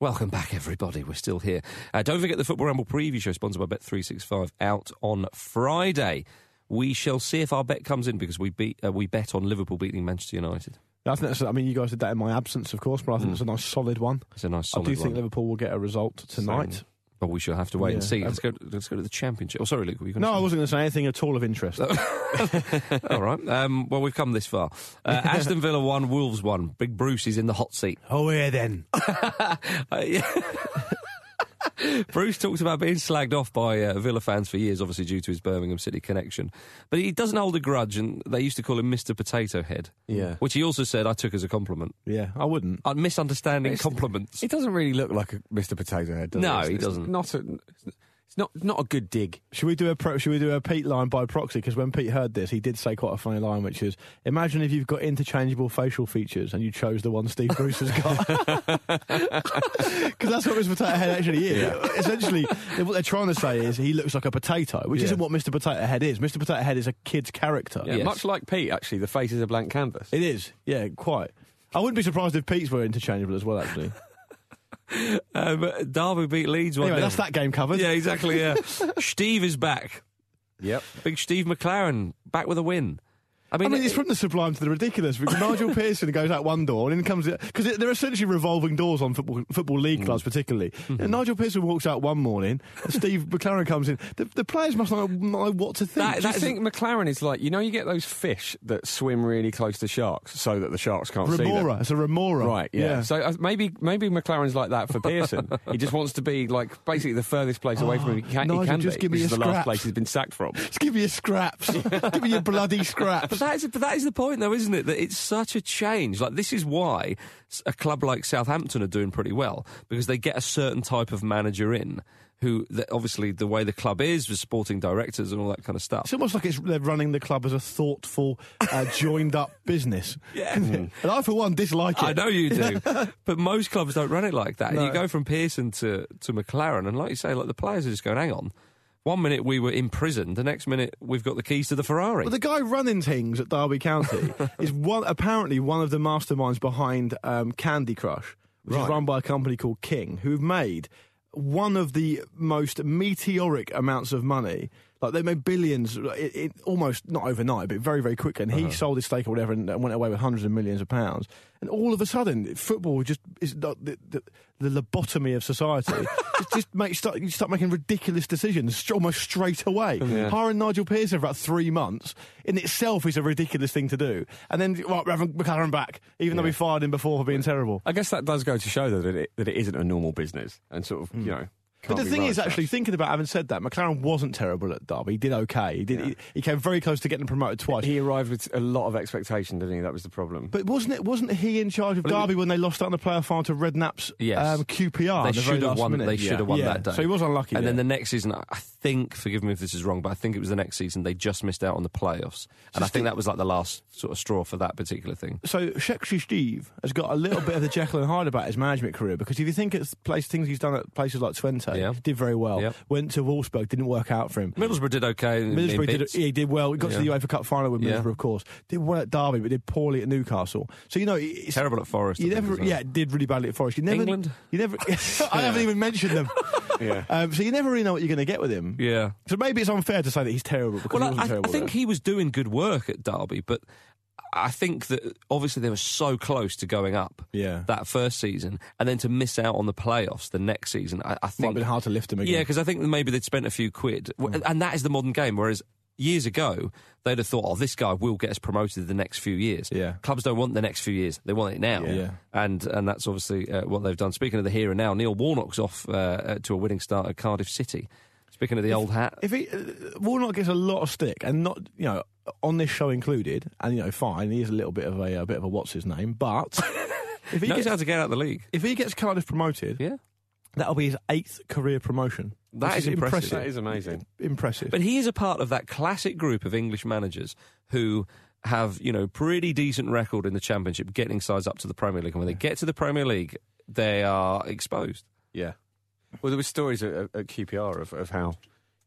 S1: Welcome back, everybody. We're still here. Uh, don't forget the Football Ramble preview show sponsored by Bet365 out on Friday. We shall see if our bet comes in because we beat uh, we bet on Liverpool beating Manchester United.
S2: I, think that's, I mean, you guys did that in my absence, of course, but I think it's a nice solid one.
S1: It's a nice
S2: I
S1: Hmm. solid
S2: do think
S1: one.
S2: Liverpool will get a result tonight.
S1: Same. But we shall have to wait and
S2: Yeah. Um,
S1: see. Let's go. Let's go to the championship. Oh, sorry, Luke. Were you gonna
S2: No,
S1: say
S2: I wasn't going to say anything at all of interest.
S1: All right. Um, well, we've come this far. Uh, Aston Villa won, Wolves won. Big Bruce is in the hot seat.
S2: oh, yeah, then.
S1: Uh, yeah. Bruce talks about being slagged off by uh, Villa fans for years, obviously due to his Birmingham City connection. But he doesn't hold a grudge, and they used to call him Mr. Potato Head.
S3: Yeah.
S1: Which he also said I took as a compliment.
S2: Yeah, I wouldn't.
S1: i misunderstanding compliments.
S3: He doesn't really look like a Mr. Potato Head, does
S1: No,
S3: he?
S1: he
S3: It's- it's
S1: doesn't.
S3: Not a, it's not not a good dig.
S2: Should we do a pro- should we do a Pete line by proxy? Because when Pete heard this, he did say quite a funny line, which is, "Imagine if you've got interchangeable facial features and you chose the one Steve Bruce has got." Because that's what Mr. Potato Head actually is. Essentially, what they're trying to say is he looks like a potato, which
S3: Yeah.
S2: isn't what Mr. Potato Head is. Mr. Potato Head is a kid's character.
S3: Yeah,
S1: Yes.
S3: Much like Pete, actually, the face is a blank canvas.
S2: It is. Yeah, quite. I wouldn't be surprised if Pete's were interchangeable as well. Actually,
S1: Um, Derby beat Leeds one.
S2: anyway, that's that game covered.
S1: Yeah, exactly. Yeah. Steve is back.
S3: Yep.
S1: Big Steve McLaren back with a win. I
S2: I
S1: mean,
S2: mean, it's from the sublime to the ridiculous because Nigel Pearson goes out one door and in comes because they're essentially revolving doors on football football league
S1: Mm.
S2: clubs, particularly.
S1: Mm-hmm.
S2: And Nigel Pearson walks out one morning, and Steve McLaren comes in. The, the players must not know what to think.
S1: That-
S3: Do you
S1: that's-
S3: think McLaren is like you know you get those fish that swim really close to sharks so that the sharks can't see them.
S2: Remora, it's a remora,
S3: Right, yeah. So uh, maybe maybe McLaren's like that for Pearson. he just wants to be like basically the furthest place away from him he can,
S2: Nigel,
S3: he can
S2: just
S3: be,
S2: give me
S3: which
S2: a
S3: is the last
S2: scrap.
S3: place he's been sacked from.
S2: Just give me your scraps. give me your bloody
S1: But
S2: scraps.
S1: that is, but that is the point, though, isn't it? That it's such a change. Like this is why s- a club like Southampton are doing pretty well because they get a certain type of manager in, who that obviously the way the club is with sporting directors and all that kind of stuff.
S2: It's almost like it's, they're running the club as a thoughtful, uh, joined-up business.
S1: Yeah.
S2: and I, for one, dislike it.
S1: I know you do, but most clubs don't run it like that. And you
S2: No.
S1: go from Pearson to to McLaren, and like you say, like the players are just going, "Hang on." One minute we were imprisoned, the next minute we've got the keys to the Ferrari.
S2: Well, the guy running things at Derby County is one apparently one of the masterminds behind um, Candy Crush, which is
S5: Right.
S2: run by a company called King, who've made one of the most meteoric amounts of money. Like they made billions, like, it, it, almost not overnight, but very, very quickly. And he sold his stake or whatever, and went away with hundreds of millions of pounds. And all of a sudden, football just is not the, the, the lobotomy of society. It just make start you start making ridiculous decisions str- almost straight away. Hiring Nigel Pearson for about three months in itself is a ridiculous thing to do. And then right, Reverend McLaren back, even though we fired him before for being terrible.
S3: I guess that does go to show though that it, that it isn't a normal business and sort of you know.
S2: Hmm. But
S3: can't
S2: the
S3: be
S2: thing is,
S3: right.
S2: actually, thinking about having said that, McLaren wasn't terrible at Derby. He did okay. He, did, he, he came very close to getting promoted twice.
S3: he arrived with a lot of expectation, didn't he? That was the problem.
S2: but wasn't it wasn't he in charge of Derby when they lost out on the player final to Redknapp's
S1: Yes.
S2: um, QPR?
S1: They
S2: at the very
S1: should have
S2: last
S1: won.
S2: minute?
S1: They should
S2: Yeah.
S1: have won
S2: Yeah.
S1: that day.
S2: So he was unlucky.
S1: And then
S2: there.
S1: the next season, I think. Forgive me if this is wrong, but I think it was the next season they just missed out on the playoffs, and I think that was like the last sort of straw for that particular thing.
S2: so Shexy Steve has got a little bit of the Jekyll and Hyde about his management career because if you think it's place things he's done at places like Twente,
S1: Yeah.
S2: did very well.
S1: Yep.
S2: Went to Wolfsburg, didn't work out for him.
S1: Middlesbrough did okay. in- in
S2: Middlesbrough did,
S1: bits.
S2: he did well. He got to the
S1: Yeah.
S2: UEFA Cup final with Middlesbrough,
S1: Yeah.
S2: of course. Did well at Derby, but did poorly at Newcastle. So you know, it's,
S1: Terrible at Forest. I
S2: You
S1: think,
S2: never,
S1: wasn't it?
S2: yeah, did really badly at Forest. You never,
S1: England?
S2: You never. I haven't even mentioned them.
S3: Yeah.
S2: Um, so you never really know what you're going to get with him.
S1: yeah.
S2: So maybe it's unfair to say that he's terrible because he
S1: Well, I,
S2: wasn't
S1: I
S2: terrible.
S1: think
S2: there.
S1: he was doing good work at Derby, but I think that obviously they were so close to going up
S2: Yeah.
S1: that first season, and then to miss out on the playoffs the next season, I, I
S2: might
S1: think
S2: have been hard to lift him again. Hmm.
S1: Yeah, because I think that maybe they'd spent a few quid, W and that is the modern game. Whereas years ago, they'd have thought, "Oh, this guy will get us promoted the next few years."
S2: Yeah.
S1: clubs don't want the next few years; they want it now.
S2: Yeah. Yeah.
S1: and and that's obviously uh, what they've done. Speaking of the here and now, Neil Warnock's off uh, uh, to a winning start at Cardiff City. Speaking of the old hat,
S2: if he uh, Warnock gets a lot of stick and not you know on this show included, and you know fine, he is a little bit of a, uh bit of a what's his name, but if he
S1: knows
S2: gets
S1: how to get out of the league.
S2: if he gets Cardiff promoted,
S1: Yeah.
S2: that'll be his eighth career promotion.
S1: That
S2: which
S1: is impressive.
S3: that is amazing.
S2: Impressive.
S1: But he is a part of that classic group of English managers who have, you know, pretty decent record in the championship, getting sides up to the Premier League. And when they get to the Premier League, they are exposed.
S3: Yeah. Well, there were stories at, at at QPR of, of how,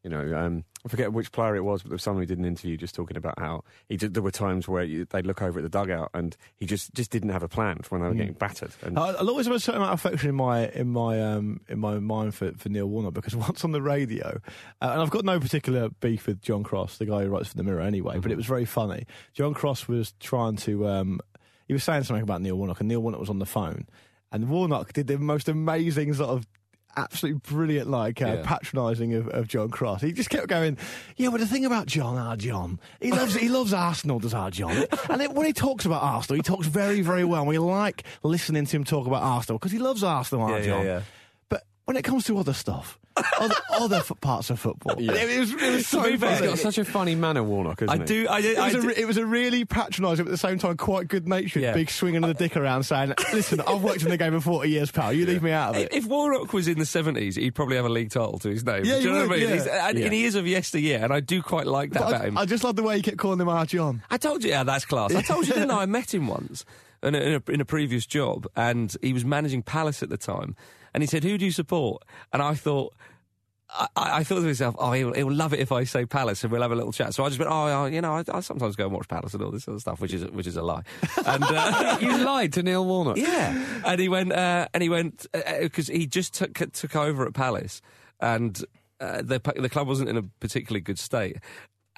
S3: you know, um, I forget which player it was, but there was someone who did an interview just talking about how he did, there were times where you, they'd look over at the dugout and he just, just didn't have a plan for when
S2: Hmm.
S3: they were getting battered. And
S2: I- I'll always have Uh, a certain amount of affection in my in my um, in my mind for, for Neil Warnock because once on the radio, uh, and I've got no particular beef with John Cross, the guy who writes for the Mirror anyway, but it was very funny. John Cross was trying to um, he was saying something about Neil Warnock, and Neil Warnock was on the phone, and Warnock did the most amazing sort of. Absolutely brilliant, like uh,
S1: Yeah.
S2: patronising of, of John Cross. He just kept going, yeah. But the thing about John, our John, he loves he loves Arsenal, does our John? And it, when he talks about Arsenal, he talks very very well. And we like listening to him talk about Arsenal because he loves Arsenal, our John. But when it comes to other stuff, other, other f- parts of football, it, was, it was so
S3: he's
S2: funny.
S3: got such a funny manner, Warnock, isn't
S1: I
S3: he?
S1: do. I,
S2: It
S1: I
S2: was, a
S1: do-
S2: re- it was a really patronising, but at the same time, quite good natured,
S1: Yeah.
S2: big swinging of the dick around, saying, Listen, I've worked in the game for 40 years, pal. You leave me out of it.
S1: If Warnock was in the 70s, he'd probably have a league title to his name.
S2: Yeah,
S1: do you
S2: he
S1: know what
S2: would,
S1: I mean?
S2: yeah.
S1: He's, and,
S2: Yeah.
S1: and he is of yesteryear, and I do quite like that
S2: But
S1: about
S2: I,
S1: him.
S2: I just love the way he kept calling him our John.
S1: I told you, yeah, that's class. I told you, didn't I? I met him once in a, in, a, in a previous job, and he was managing Palace at the time. And he said, "Who do you support?" And I thought. I, I I thought to myself, oh, he'll, he'll love it if I say Palace and we'll have a little chat. So I just went, oh, oh, you know, I, I sometimes go and watch Palace and all this other stuff, which is which is a lie. And uh,
S3: You lied to Neil Warnock.
S1: yeah, and he went, uh, and he went because he just took took over at Palace, and uh, the pa- the club wasn't in a particularly good state.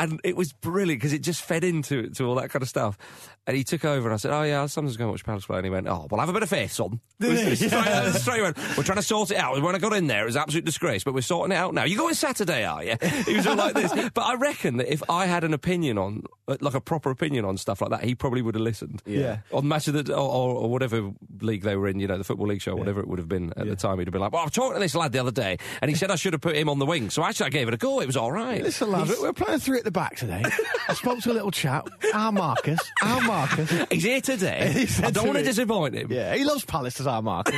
S1: And it was brilliant because it just fed into to all that kind of stuff. And he took over, and I said, "Oh yeah, I sometimes go and watch Palace play." And he went, "Oh, well, have a bit of faith, son." straight, uh, straight away, we're trying to sort it out. When I got in there, it was absolute disgrace, but we're sorting it out now. You going Saturday, are you? He was all like this. But I reckon that if I had an opinion on, like a proper opinion on stuff like that, he probably would have listened
S2: Yeah.
S1: on match of the or, or, or whatever league they were in, you know, the football league show, whatever it would have been at the time, he'd have been like, "Well, I was talking to this lad the other day, and he said I should have put him on the wing, so actually I gave it a go. It was all right."
S2: Listen, lad, we're playing three at the back today. I spoke to a little chap, our Marcus, our Marcus.
S1: He's here today.
S2: He said
S1: I don't
S2: to
S1: want to
S2: me-
S1: disappoint him.
S2: Yeah, he loves Palace as our Marcus.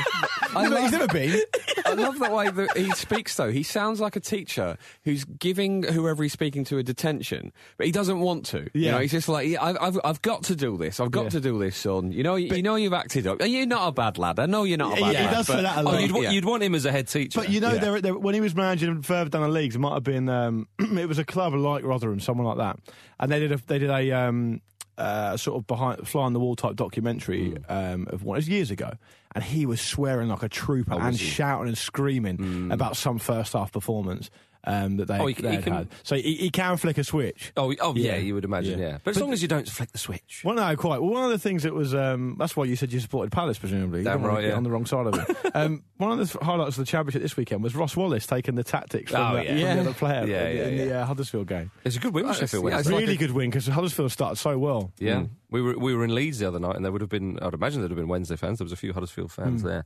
S3: I
S2: You know, he's
S3: love-
S2: never been.
S3: I love that way that he speaks, though. He sounds like a teacher who's giving whoever he's speaking to a detention, but he doesn't want to. You
S2: Yeah.
S3: know, he's just like, yeah, I've, I've, I've got to do this. I've got
S2: Yeah.
S3: to do this, son. You know, you know you've acted up. You're not a bad lad. I know you're not a
S2: Yeah,
S3: bad
S2: he
S3: lad.
S2: does say
S3: but-
S2: that a
S1: Oh,
S2: lot.
S1: you'd, wa-
S3: Yeah.
S1: you'd want him as a head teacher.
S2: But you know,
S3: Yeah.
S2: there, there, when he was managing further down the leagues, it might have been um, it was a club like Rotherham, someone like that, and they did a they did a
S1: Hmm.
S2: um, uh, sort of behind fly on the wall type documentary um, of one. It was years ago, and he was swearing like a
S1: Oh,
S2: trooper and shouting and screaming about some first half performance um, that they
S1: Hmm. Oh, he-
S2: they
S1: he
S2: had
S1: can-
S2: had. So he, he can flick a switch.
S1: Oh, oh yeah,
S2: Yeah.
S1: you would imagine,
S2: Yeah.
S1: yeah. But as long as you don't flick the switch.
S2: Well, no, quite. Well, one of the things that was um, that's why you said you supported Palace, presumably. You
S1: Damn
S2: didn't wanna
S1: right,
S2: get
S1: yeah.
S2: on the wrong side of it. um, one of the th- highlights of the championship this weekend was Ross Wallace taking the tactics from,
S1: Oh,
S2: the,
S1: yeah.
S2: from
S1: Yeah.
S2: the other player
S1: Yeah,
S2: in,
S1: yeah,
S2: in the
S1: yeah.
S2: uh, Huddersfield game.
S1: It's a good win for Sheffield
S3: yeah,
S1: Wednesday.
S3: it's
S2: really
S3: like a-
S2: good win because Huddersfield started so well.
S1: Yeah, we were we were in Leeds the other night, and there would have been I'd imagine there'd have been Wednesday fans. There was a few Huddersfield fans
S2: Hmm.
S1: there,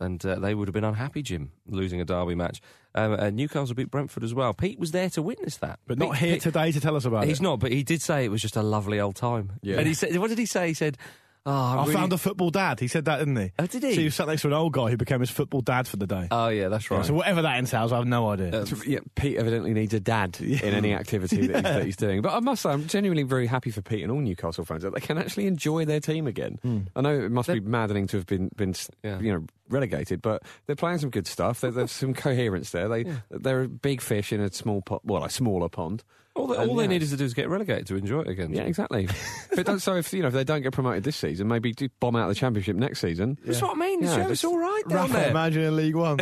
S1: and uh, they would have been unhappy, Jim, losing a derby match. Um, and Newcastle beat Brentford as well. Pete was there to witness that,
S2: But not
S1: Pete-
S2: here
S1: Pete-
S2: today to tell us about
S1: He's
S2: it.
S1: not, but he did say it was just a lovely old time.
S3: Yeah.
S1: And he said, what did he say? He said, "Oh, I,
S2: I
S1: really-
S2: found a football dad. He said that, didn't he?
S1: Oh, did he?
S2: So he was sat next to an old guy who became his football dad for the day.
S1: Oh yeah, that's right. Uh,
S2: So whatever that entails, I have no idea.
S1: Um,
S3: yeah, Pete evidently needs a dad in any activity that, he's, that he's doing. But I must say, I'm genuinely very happy for Pete and all Newcastle fans that they can actually enjoy their team again. I know it must be maddening to have been been
S1: Hmm. Yeah.
S3: you know relegated, but they're playing some good stuff. There- There's some coherence there. They they're a big fish in a small pot, well, a smaller pond.
S1: all they,
S3: And,
S1: all they
S3: yeah.
S1: needed to do is get relegated to enjoy it again.
S3: Yeah, exactly. but don't, so if you know if they don't get promoted this season, maybe do bomb out of the championship next season.
S1: That's what I mean. The
S3: Yeah,
S1: show's
S3: just
S1: all right down
S2: Rafa,
S1: there.
S2: imagine in League One.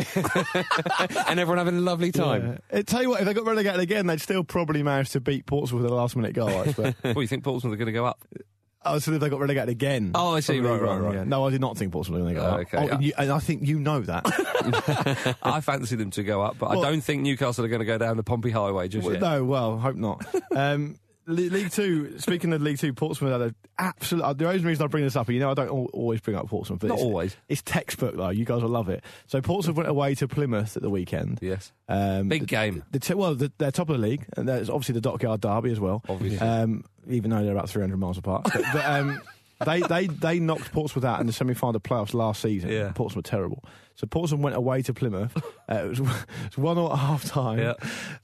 S3: and everyone having a lovely time.
S2: Yeah. Uh, Tell you what, if they got relegated again, they'd still probably manage to beat Portsmouth with a last minute goal, I expect.
S1: What do you think Portsmouth are going to go up?
S2: Oh, so if they got relegated again.
S1: Oh, I see.
S2: from League
S1: Right, right,
S2: One,
S1: right.
S2: yeah. No, I did not think Portsmouth were going to go
S1: Oh,
S2: up.
S1: okay. Oh,
S2: Oh, and, you, and I think you know that.
S1: I fancy them to go up, but
S2: Well-
S1: I don't think Newcastle are going to go down the Pompey Highway just
S2: Well,
S1: yet.
S2: No, well, hope not. Um, Le- League Two. Speaking of League Two, Portsmouth had an absolute. uh, The only reason I bring this up, you know, I don't al- always bring up Portsmouth, but
S1: Not
S2: it's,
S1: always.
S2: It's textbook though. You guys will love it. So Portsmouth went away to Plymouth at the weekend.
S1: Yes.
S2: Um,
S1: Big
S2: the-
S1: game.
S2: The t- well, the, they're top of the league, and there's obviously the Dockyard Derby as well.
S1: Obviously.
S2: um, even though they're about 300 miles apart. But, but, um, they, they they knocked Portsmouth out in the semi-final playoffs last season.
S1: Yeah.
S2: Portsmouth were terrible. So Portsmouth went away to Plymouth. Uh, it, was, it was one or half time.
S1: Yeah.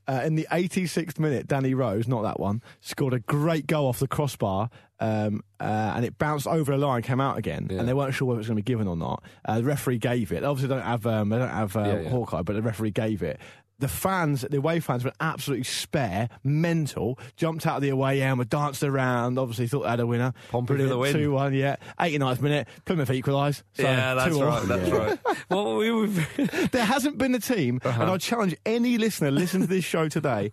S2: Uh, in the 86th minute, Danny Rose, not that one, scored a great goal off the crossbar. Um, uh, and it bounced over the line, came out again,
S1: Yeah.
S2: and they weren't sure whether it was going to be given or not. Uh, the referee gave it. They obviously don't have um, they don't have uh,
S1: Yeah, yeah.
S2: Hawkeye, but the referee gave it. The fans, the away fans, were absolutely spare, mental. Jumped out of the away end, were danced around. Obviously, thought they had a winner.
S1: Pompey for the win.
S2: Two one, yeah. 89th minute, Plymouth equalised. So
S1: yeah, that's
S2: 2-1.
S1: right. That's right. Uh-huh. Well, we were.
S2: There hasn't been a team, and I challenge any listener listen to this show today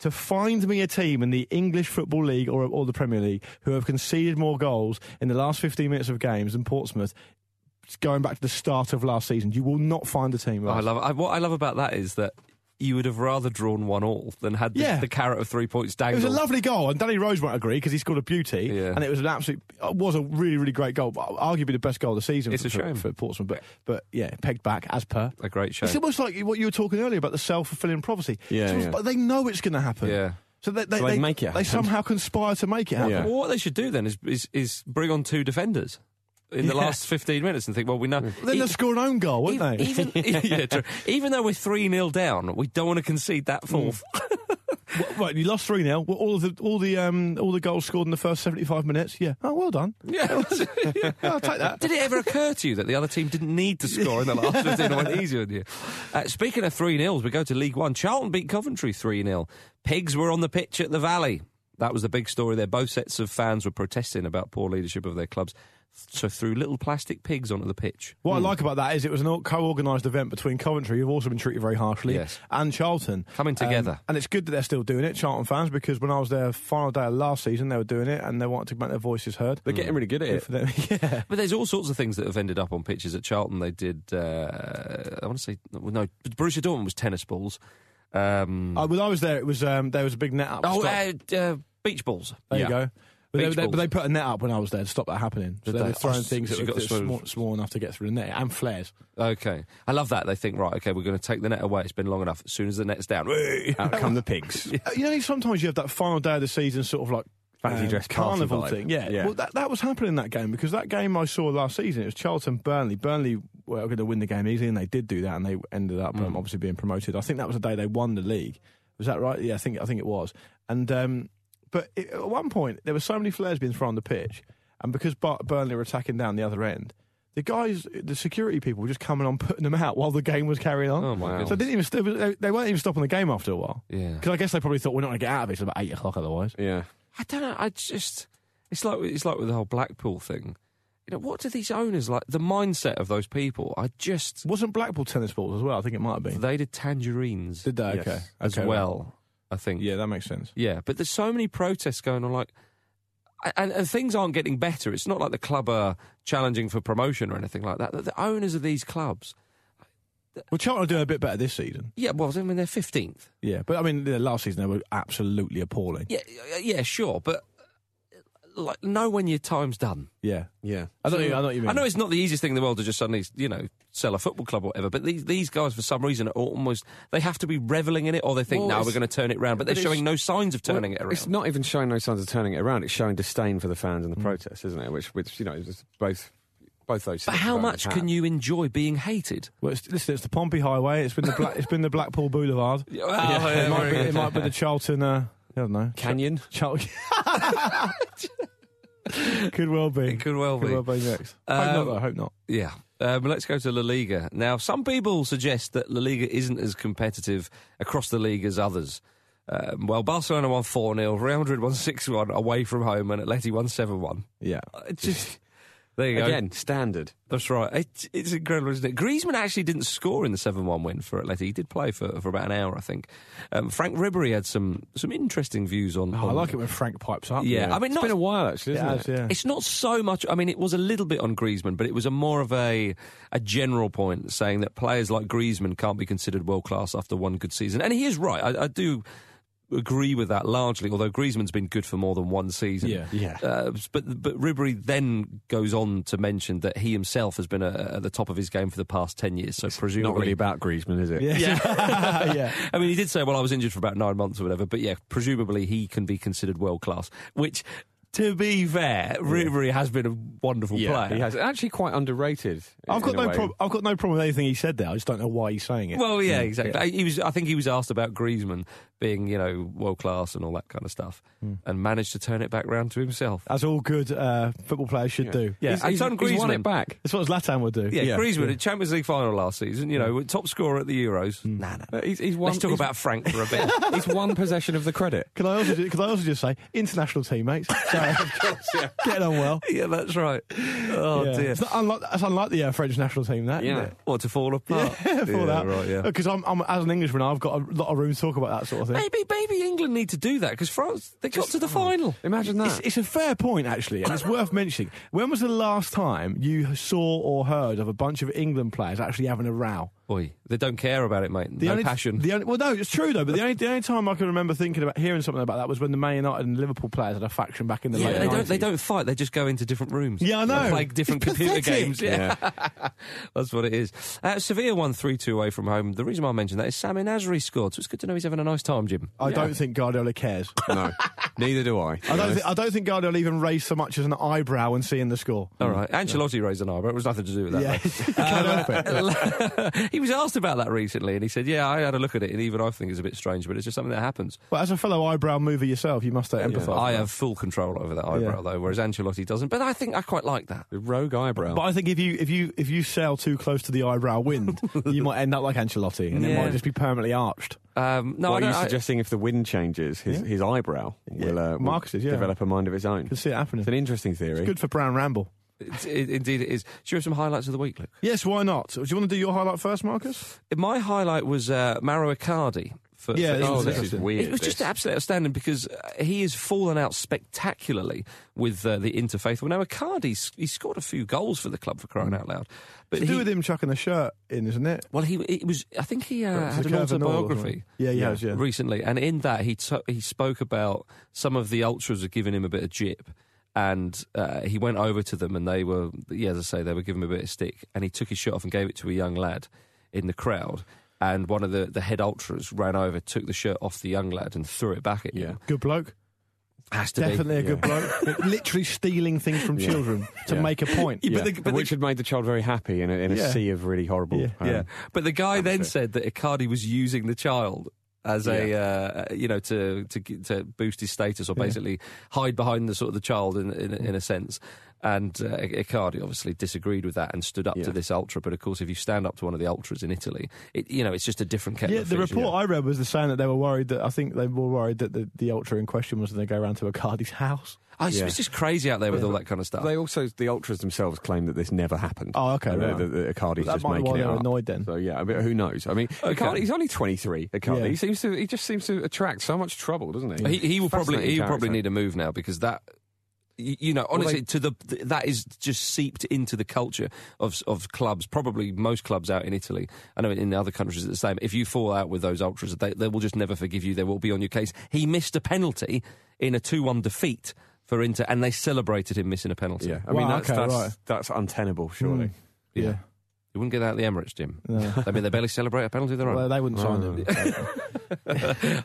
S2: to find me a team in the English Football League or, or the Premier League who have conceded more goals in the last 15 minutes of games than Portsmouth. Going back to the start of last season, you will not find a team.
S1: I
S2: Russ.
S1: love. I, what I love about that is that you would have rather drawn one all than had the,
S2: Yeah.
S1: the carrot of three points
S2: It was
S1: dangled.
S2: a lovely goal, and Danny Rose won't agree because he scored a beauty,
S1: Yeah.
S2: and it was an absolute, it was a really, really great goal, arguably the best goal of the season.
S1: It's
S2: for,
S1: a shame.
S2: for Portsmouth, but but yeah, pegged back as per.
S1: a great show.
S2: It's almost like what you were talking earlier about the self fulfilling prophecy.
S3: Yeah,
S2: It's almost
S3: yeah.
S2: like they know it's going to happen.
S1: Yeah.
S2: So they, they,
S3: So they
S2: they,
S3: make it
S2: they
S3: happen.
S2: somehow conspire to make it happen.
S3: Yeah.
S1: Well, what they should do then is is, is bring on two defenders in the
S2: Yeah.
S1: last fifteen minutes and think, well, we know.
S2: Then
S3: E-
S2: they'll score an own goal, won't
S1: even,
S2: they?
S1: even, yeah, true. even though we're three 0 down, we don't want to concede that fourth.
S2: Well, right, you lost three 0 well, All of the all the um, all the goals scored in the first seventy five minutes. Yeah. Oh, well done.
S1: yeah, Yeah.
S2: I'll take that.
S1: Did it ever occur to you that the other team didn't need to score in the last 15 and went easier on you? Uh, speaking of 3 0s, we go to League One. Charlton beat Coventry 3 0. Pigs were on the pitch at the Valley. That was the big story there. Both sets of fans were protesting about poor leadership of their clubs, so threw little plastic pigs onto the pitch.
S2: What I like about that is it was an co-organised event between Coventry, who've also been treated very harshly,
S1: Yes.
S2: and Charlton Um,
S1: Coming together.
S2: and it's good that they're still doing it, Charlton fans, because when I was there final day of last season, they were doing it and they wanted to make their voices heard.
S3: They're
S1: Hmm.
S3: getting really good at
S2: Good
S3: it.
S2: for them. yeah.
S1: But there's all sorts of things that have ended up on pitches at Charlton. They did, uh, I want to say, well, no, Borussia Dortmund was tennis balls. Um,
S2: Uh, when I was there, it was um, there was a big net up.
S1: oh,
S2: Stop.
S1: uh, uh, beach balls.
S2: there
S1: Yeah.
S2: you go. But they,
S1: Beach
S2: they- but
S1: balls.
S2: they put a net up when I was there to stop that happening. So
S1: Did
S2: they,
S1: they?
S2: were throwing
S1: Oh,
S2: things
S1: so
S2: that
S1: you
S2: were
S1: got
S2: that
S1: sort of-
S2: small, small enough to get through the net and flares.
S1: Okay. I love that. They think, right, okay, we're going to take the net away. It's been long enough. As soon as the net's down,
S3: Out come the pigs.
S2: Uh, You know, sometimes you have that final day of the season sort of like um,
S3: Fancy dress party
S2: carnival
S3: vibe.
S2: thing. Yeah.
S3: Yeah.
S2: Well, that, that was happening in that game because that game I saw last season, it was Charlton Burnley. Burnley were going to win the game easily, and they did do that, and they ended up
S3: Mm.
S2: um, obviously being promoted. I think that was the day they won the league. Was that right? Yeah, I think I think it was. And um, but it, at one point there were so many flares being thrown on the pitch, and because Bar- Burnley were attacking down the other end. The guys, the security people, were just coming on, putting them out while the game was carrying on.
S1: Oh, my
S2: So they didn't even st- they- they weren't even stopping the game after a while.
S1: Yeah.
S2: Because I guess they probably thought we're not going to get out of it till about eight o'clock otherwise.
S3: Yeah.
S1: I don't know. I just. It's like it's like with the whole Blackpool thing. you know, what do these owners like? The mindset of those people, I just.
S2: Wasn't Blackpool tennis balls as well? I think it might have been.
S1: They did tangerines.
S2: Did they? Okay.
S1: As
S2: Okay,
S1: well, I think.
S2: Yeah, that makes sense.
S1: Yeah, but there's so many protests going on, like, and, and things aren't getting better. It's not like the club are challenging for promotion or anything like that. The, the owners of these clubs,
S2: Well, Charlton are doing a bit better this season.
S1: yeah, well, I mean, they're 15th.
S2: Yeah, but I mean, yeah, last season they were absolutely appalling.
S1: Yeah, yeah, yeah, sure, but like, know when your time's done.
S2: Yeah.
S3: Yeah.
S2: I know, you- I know what you mean.
S1: I know it's not the easiest thing in the world to just suddenly, you know, sell a football club or whatever. But these these guys, for some reason, are almost they have to be reveling in it, or they think,
S3: Well,
S1: "No,
S3: it's-
S1: we're going to turn it round." But they're
S3: but it's-
S1: showing no signs of turning
S3: Well,
S1: it around.
S3: It's not even showing no signs of turning it around. It's showing disdain for the fans
S2: Mm.
S3: and the protests, isn't it? Which, which you know, is both both those.
S1: but
S3: things
S1: how
S3: owners
S1: much
S3: have.
S1: can you enjoy being hated?
S2: Well, it's, listen, it's the Pompey Highway. It's been the Black, it's been the Blackpool Boulevard.
S1: Yeah, well, yeah,
S2: it, might
S1: very
S2: be,
S1: good.
S2: it might be the Charlton. Uh, I don't know.
S3: Canyon.
S2: Charlton. could well be.
S1: It could well
S2: Could
S1: be.
S2: well be next.
S1: Um,
S2: hope not. Though. Hope not.
S1: Yeah. Um, let's go to La Liga. Now, some people suggest that La Liga isn't as competitive across the league as others. Um, well, Barcelona won 4 0, Real Madrid won 6 1 away from home, and Atleti won 7 1.
S2: Yeah.
S1: Just. There you go.
S3: Again, standard.
S1: That's right. It, it's incredible, isn't it? Griezmann actually didn't score in the 7 1 win for Atleti. He did play for, for about an hour, I think. Um, Frank Ribery had some, some interesting views on.
S2: Oh, I
S1: on-
S2: like it when Frank pipes up.
S1: Yeah, I mean,
S3: it's
S1: not,
S3: been a while actually,
S2: It
S3: isn't
S2: has,
S3: it?
S2: yeah.
S1: it's not so much. I mean, it was a little bit on Griezmann, but it was a more of a a general point saying that players like Griezmann can't be considered world class after one good season, and he is right. I, I do agree with that largely. Although Griezmann's been good for more than one season,
S2: Yeah.
S3: Yeah.
S1: Uh, but but Ribery then goes on to mention that he himself has been uh at the top of his game for the past ten years. So presumably,
S3: Not really about Griezmann, is it?
S2: Yeah. Uh, Yeah.
S1: I mean, he did say, "Well, I was injured for about nine months or whatever," but yeah, presumably he can be considered world class. Which, to be fair, Ribery has been a wonderful
S3: Yeah,
S1: player.
S3: he has actually quite underrated. in-
S2: I've got
S3: in a
S2: no
S3: way.
S2: prob- I've got no problem with anything he said there. I just don't know why he's saying it.
S1: Well, Mm. yeah, exactly. I- He was. I think he was asked about Griezmann being, you know, world class and all that kind of stuff, and managed to turn it back round to himself.
S2: As all good uh, football players should do.
S1: Yeah.
S3: He's, he's,
S1: Anton
S3: he's won
S1: Griezmann.
S3: it back.
S2: That's what Zlatan would do.
S1: Yeah, Griezmann at Champions League final last season. You know, top scorer at the Euros. Nah, nah.
S3: Uh, He's, he's won,
S1: Mm. Let's talk
S3: he's,
S1: about Frank for a bit.
S3: He's won possession of the credit.
S2: Can I also? ju- Can I also just say international teammates? Sorry, getting on well.
S1: yeah, that's right. Oh
S2: Yeah.
S1: dear.
S2: It's not unlike, that's unlike the uh, French national team, that. isn't
S3: Yeah.
S2: it?
S1: What to fall apart?
S2: Yeah, for that.
S1: right. Yeah.
S2: Because I'm, I'm, as an Englishman, I've got a lot of room to talk about that sort of thing.
S1: Maybe, maybe England need to do that because France they got to the final.
S3: Imagine that.
S2: It's, it's a fair point, actually, and it's worth mentioning. When was the last time you saw or heard of a bunch of England players actually having a row?
S1: Boy, they don't care about it, mate.
S2: The
S1: no
S2: only,
S1: passion.
S2: The only, well, no, it's true though. But the only the only time I can remember thinking about hearing something about that was when the Man United and Liverpool players had a faction back in the
S1: yeah,
S2: late
S1: they don't.
S2: 90s.
S1: They don't fight. They just go into different rooms.
S2: Yeah, I know.
S1: They play different
S2: It's
S1: computer
S2: pathetic.
S1: games. Yeah, that's what it is. Uh, Sevilla won three two away from home. The reason why I mentioned that is Sami Nasri scored, so it's good to know he's having a nice time, Jim.
S2: I don't think Guardiola cares.
S3: no, neither do I.
S2: I don't. Th- I don't think Guardiola even raised so much as an eyebrow when seeing the score.
S1: All right, Ancelotti raised an eyebrow. It was nothing to do with that. Uh,
S2: Yeah,
S1: though.
S2: you can't help it.
S1: he was asked about that recently, and he said, "Yeah, I had a look at it, and even I think it's a bit strange, but it's just something that happens."
S2: Well, as a fellow eyebrow mover yourself, you must uh, empathise.
S1: I have full control over that eyebrow,
S2: Yeah.
S1: though, whereas Ancelotti doesn't. But I think I quite like that.
S3: The rogue eyebrow.
S2: But I think if you if you if you sail too close to the eyebrow wind, you might end up like Ancelotti, and it
S1: Yeah.
S2: might just be permanently arched.
S1: Um, no,
S3: Well,
S1: I
S3: are
S1: don't,
S3: you
S1: I-
S3: suggesting if the wind changes, his, his eyebrow will, uh, will
S2: Marcus's, yeah.
S3: develop a mind of its own?
S2: Can see it happening.
S3: It's an interesting theory.
S2: Good for Brown Ramble.
S1: It's- it- indeed, it is. Do you have some highlights of the week, Luke?
S2: Yes, why not? Do you want to do your highlight first, Marcus?
S1: My highlight was uh, Mauro Icardi. For,
S2: Yeah,
S1: for
S2: this
S3: Oh,
S2: was
S1: England.
S3: this is
S2: interesting.
S3: weird.
S1: It was just
S3: this.
S1: absolutely outstanding because uh, he has fallen out spectacularly with uh, the interfaithful. Now, Icardi, he scored a few goals for the club for crying out loud. Mm. But
S2: It's to do
S1: he-
S2: with him chucking a shirt in, isn't it?
S1: Well, he it was. I think he uh,
S2: It's
S1: had
S2: a
S1: an
S2: curve and all, isn't it?
S1: autobiography.
S2: Yeah, he has, yeah.
S1: recently, and in that he to he spoke about some of the ultras had given him a bit of jip, and uh, he went over to them, and they were, yeah, as I say, they were giving him a bit of stick, and he took his shirt off and gave it to a young lad in the crowd, and one of the the head ultras ran over, took the shirt off the young lad, and threw it back at him.
S2: Good bloke.
S1: Has to
S2: Definitely a
S1: be.
S2: good bloke. Literally stealing things from children to
S3: Yeah.
S2: make a point.
S1: Yeah, but
S3: Yeah.
S1: the- but the-
S3: which had made the child very happy in a, in a
S2: Yeah.
S3: sea of really horrible.
S2: Yeah.
S3: um,
S1: Yeah, but the guy then
S3: atmosphere.
S1: said that Icardi was using the child as a uh, you know to to to boost his status or basically hide behind the sort of the child in in, in a sense. And uh, Icardi obviously disagreed with that and stood up
S3: Yeah.
S1: to this ultra. But of course, if you stand up to one of the ultras in Italy, it, you know it's just a different kettle
S2: Yeah,
S1: of
S2: the
S1: fish.
S2: report I read was the saying that they were worried that I think they were worried that the, the ultra in question was going to go round to Icardi's house.
S1: Oh, it's,
S3: Yeah.
S1: it's just crazy out there with all that kind of stuff.
S3: They also the ultras themselves claim that this never happened.
S2: Oh, okay,
S3: And
S2: right.
S3: That, that, that Icardi's
S2: That
S3: just
S2: might be
S3: making
S2: why
S3: it
S2: they were
S3: up.
S2: annoyed then.
S3: So yeah, I mean, who knows? I mean, Icardi, he's only twenty three. Icardi,
S2: Yeah.
S3: he seems to he just seems to attract so much trouble, doesn't he?
S1: He, he will probably
S3: Fascinating
S1: he will probably
S3: character.
S1: need a move now because that you, you know honestly
S3: they-
S1: to the th- that is just seeped into the culture of of clubs probably most clubs out in Italy I know in other countries it's the same if you fall out with those ultras they they will just never forgive you they will be on your case he missed a penalty in a 2-1 defeat for Inter and they celebrated him missing a penalty
S3: Yeah, I
S2: Wow,
S3: mean that's
S2: okay,
S3: that's,
S2: right.
S3: that's untenable, surely.
S1: Yeah. you wouldn't get that at the Emirates Jim I mean they barely celebrate a penalty of their
S2: Well,
S1: own
S2: they wouldn't sign him.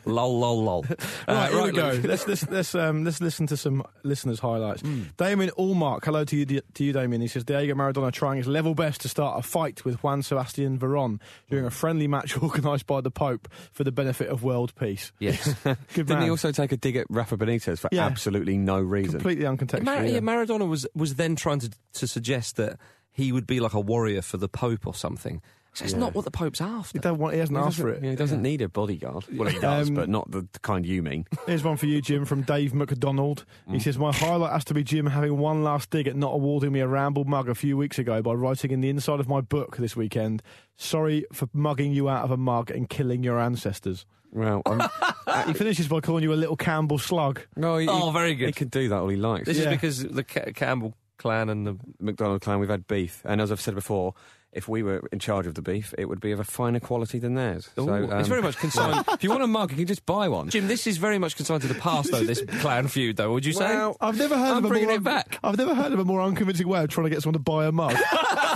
S1: lol lol lol Uh,
S2: right, here we
S1: right,
S2: go.
S1: Luke.
S2: let's let's let's um, let's listen to some listeners' highlights. Damien Allmark, hello to you, to you, Damien. He says Diego Maradona trying his level best to start a fight with Juan Sebastian Veron during a friendly match organised by the Pope for the benefit of world peace.
S1: yes
S2: Good
S3: Didn't
S2: man.
S3: he also take a dig at Rafa Benitez for
S2: Yeah.
S3: absolutely no reason?
S2: Completely uncontextual.
S1: Mar-
S2: yeah.
S1: yeah, Maradona was was then trying to to suggest that he would be like a warrior for the Pope or something. So it's not what the Pope's after.
S2: he, don't want, he hasn't
S3: He
S2: asked for
S3: doesn't-
S2: it.
S3: yeah, he doesn't need a bodyguard. Well, he does,
S2: Um,
S3: but not the kind you mean.
S2: Here's one for you, Jim, from Dave McDonald. He says, My highlight has to be Jim having one last dig at not awarding me a ramble mug a few weeks ago by writing in the inside of my book this weekend, Sorry for mugging you out of a mug and killing your ancestors.
S3: Well, I'm,
S2: He finishes by calling you a little Campbell slug.
S3: no, he,
S1: Oh, very
S3: He
S1: good.
S3: can do that all he likes.
S1: This is
S2: Yeah.
S1: because the Ca- Campbell clan and the
S3: McDonald clan, we've had beef, and as I've said before, if we were in charge of the beef, it would be of a finer quality than theirs.
S1: Ooh,
S3: so, um,
S1: it's very much consigned.
S3: if you want a mug, you can just buy one.
S1: um, Jim, this is very much consigned to the past, though. This clan feud, though, would you say?
S3: Well,
S2: I've never heard
S1: I'm
S2: of a
S1: bringing
S2: more,
S1: it back.
S2: I've never heard of a more unconvincing way of trying to get someone to buy a mug.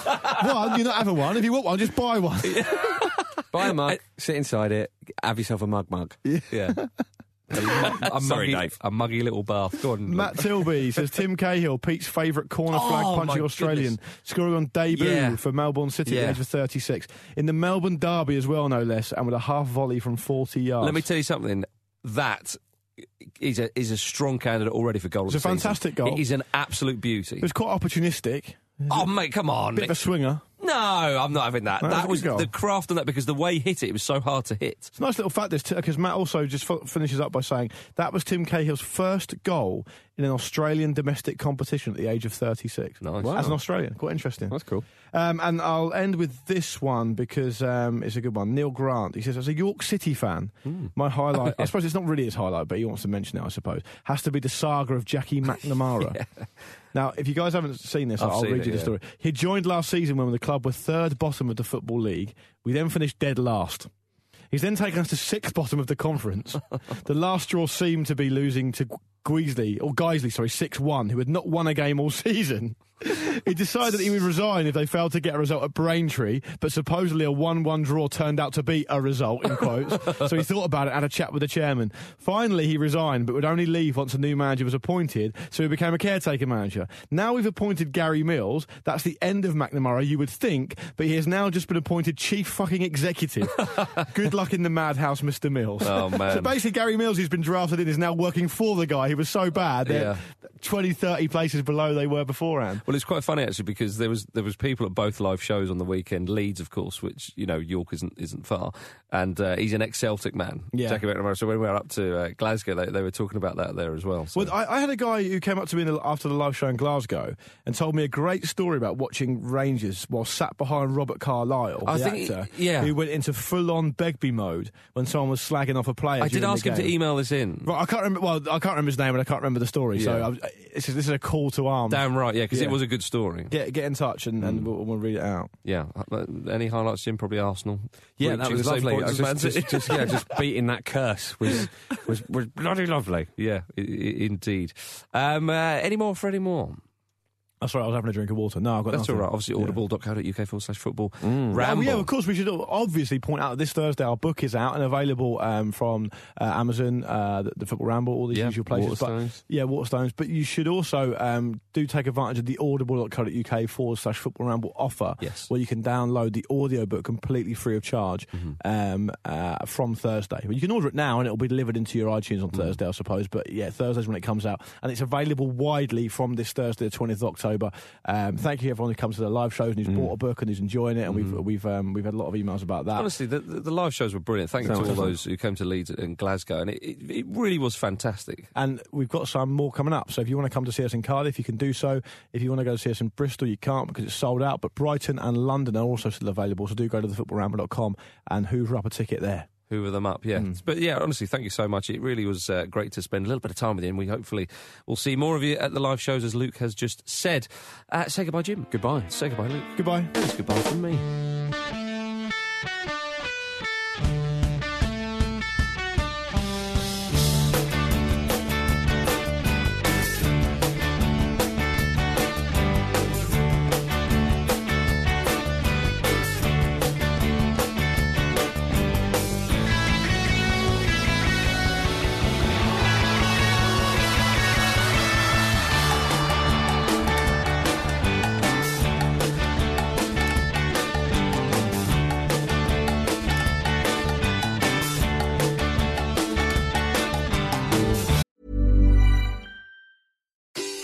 S2: one, you're not having one. If you want one, just buy one.
S3: buy a mug, sit inside it, have yourself a mug mug.
S1: yeah. A, mu- a
S3: Sorry,
S1: muggy,
S3: Dave.
S1: a muggy little bath. Go on. Luke.
S2: Matt Tilby says Tim Cahill, Pete's favourite corner flag
S1: Oh,
S2: punching
S1: my
S2: Australian, scoring on debut
S1: Yeah.
S2: for Melbourne City at the
S1: Yeah.
S2: age of 36. In the Melbourne Derby as well, no less, and with a half volley from 40 yards.
S1: Let me tell you something. That is a is a strong candidate already for goal.
S2: It's
S1: of
S2: a
S1: the season.
S2: fantastic goal.
S1: It is an absolute beauty.
S2: it was quite opportunistic.
S1: Oh mate, come on!
S2: Bit of a swinger.
S1: No, I'm not having that.
S2: No, that's a
S1: that
S2: good
S1: was
S2: goal.
S1: the craft on that because the way he hit it, it was so hard to hit.
S2: It's a nice little fact this, because Matt also just f- finishes up by saying that was Tim Cahill's first goal in an Australian domestic competition at the age of 36.
S1: Nice.
S2: As an Australian. Quite interesting.
S3: That's cool.
S2: Um, and I'll end with this one because um, it's a good one. Neil Grant, he says, as a York City fan,
S1: Hmm.
S2: my highlight, I suppose it's not really his highlight, but he wants to mention it, I suppose, has to be the saga of Jackie McNamara. Now, if you guys haven't seen this,
S1: I've
S2: I'll
S1: seen
S2: read
S1: it,
S2: you the
S1: yeah.
S2: story. He joined last season when the club were third bottom of the Football League. We then finished dead last. He's then taken us to sixth bottom of the conference. the last draw seemed to be losing to Guisley, or Guisley, sorry, 6 1, who had not won a game all season. he decided he would resign if they failed to get a result at Braintree, but supposedly a 1 1 draw turned out to be a result, in quotes. so he thought about it and had a chat with the chairman. Finally, he resigned, but would only leave once a new manager was appointed, so he became a caretaker manager. Now we've appointed Gary Mills. That's the end of McNamara, you would think, but he has now just been appointed chief fucking executive. Good luck in the madhouse, Mr. Mills.
S1: Oh, man.
S2: So basically, Gary Mills, who's been drafted in, is now working for the guy who was so bad that
S1: Yeah.
S2: 20, 30 places below they were beforehand.
S1: Well, it's quite funny actually because there was there was people at both live shows on the weekend. Leeds, of course, which you know York isn't isn't far, and uh, he's an ex Celtic man,
S2: Yeah.
S1: Jackie McNamara. So when we were up to uh, Glasgow, they, they were talking about that there as well. So.
S2: Well, I, I had a guy who came up to me in the, after the live show in Glasgow and told me a great story about watching Rangers while sat behind Robert Carlyle,
S1: I
S2: the
S1: think-
S2: actor,
S1: yeah.
S2: who went into full-on Begbie mode when someone was slagging off a player.
S1: I did
S2: during the
S1: ask him to
S2: game.
S1: email this in.
S2: Right, I can't remember. Well, I can't remember his name, and I can't remember the story. So
S1: Yeah.
S2: I, was- this, is, this is a call to arms.
S1: Damn right, yeah, because
S2: Yeah.
S1: it was a good story.
S2: Get get in touch, and,
S1: Mm.
S2: and we'll, we'll read it out.
S1: Yeah, Uh, any highlights, Jim? Probably Arsenal.
S3: Yeah, that
S1: Reaching
S3: was
S1: the same
S3: lovely.
S1: points
S3: I
S1: as Man
S3: Just,
S1: City.
S3: just, just, yeah, just beating that curse was was, was bloody lovely.
S1: yeah, i- i- indeed. Um, uh, any more for any more?
S2: That's right. Oh, I was having a drink of water. No, I've got
S1: That's all
S2: nothing.
S1: right. Obviously,
S2: Yeah.
S1: audible.co.uk forward slash football.
S2: Oh,
S1: Ramble.
S2: yeah, of course. We should obviously point out that this Thursday our book is out and available um, from uh, Amazon, uh, the, the Football Ramble, all these
S1: Yeah,
S2: usual places. But-
S3: Waterstones.
S2: yeah, Waterstones. But you should also um, do take advantage of the audible.co.uk forward slash football ramble offer,
S1: Yes.
S2: where you can download the audiobook completely free of charge
S3: Mm-hmm.
S2: um, uh, from Thursday. But you can order it now and it'll be delivered into your iTunes
S3: Mm-hmm.
S2: on Thursday, I suppose. But yeah, Thursday's when it comes out. And it's available widely from this Thursday, the 20th of October. October. Um, thank you everyone who comes to the live shows and
S3: Mm.
S2: who's bought a book and who's enjoying it. And we've we've um, we've had a lot of emails about that.
S3: Honestly, the, the the live shows were brilliant. Thank you to
S2: Sounds
S3: all
S2: awesome.
S3: those who came to Leeds and Glasgow, and it, it, it really was fantastic.
S2: And we've got some more coming up. So if you want to come to see us in Cardiff, you can do so. If you want to go see us in Bristol, you can't because it's sold out. But Brighton and London are also still available. So do go to thefootballramble.com and hoover up a ticket there.
S3: Hoover them up, yeah. But yeah, honestly, thank you so much. It really was uh, great to spend a little bit of time with you, and we hopefully will see more of you at the live shows, as Luke has just said. Uh, say goodbye, Jim. Goodbye. Say goodbye, Luke.
S2: Goodbye.
S3: It's goodbye from me.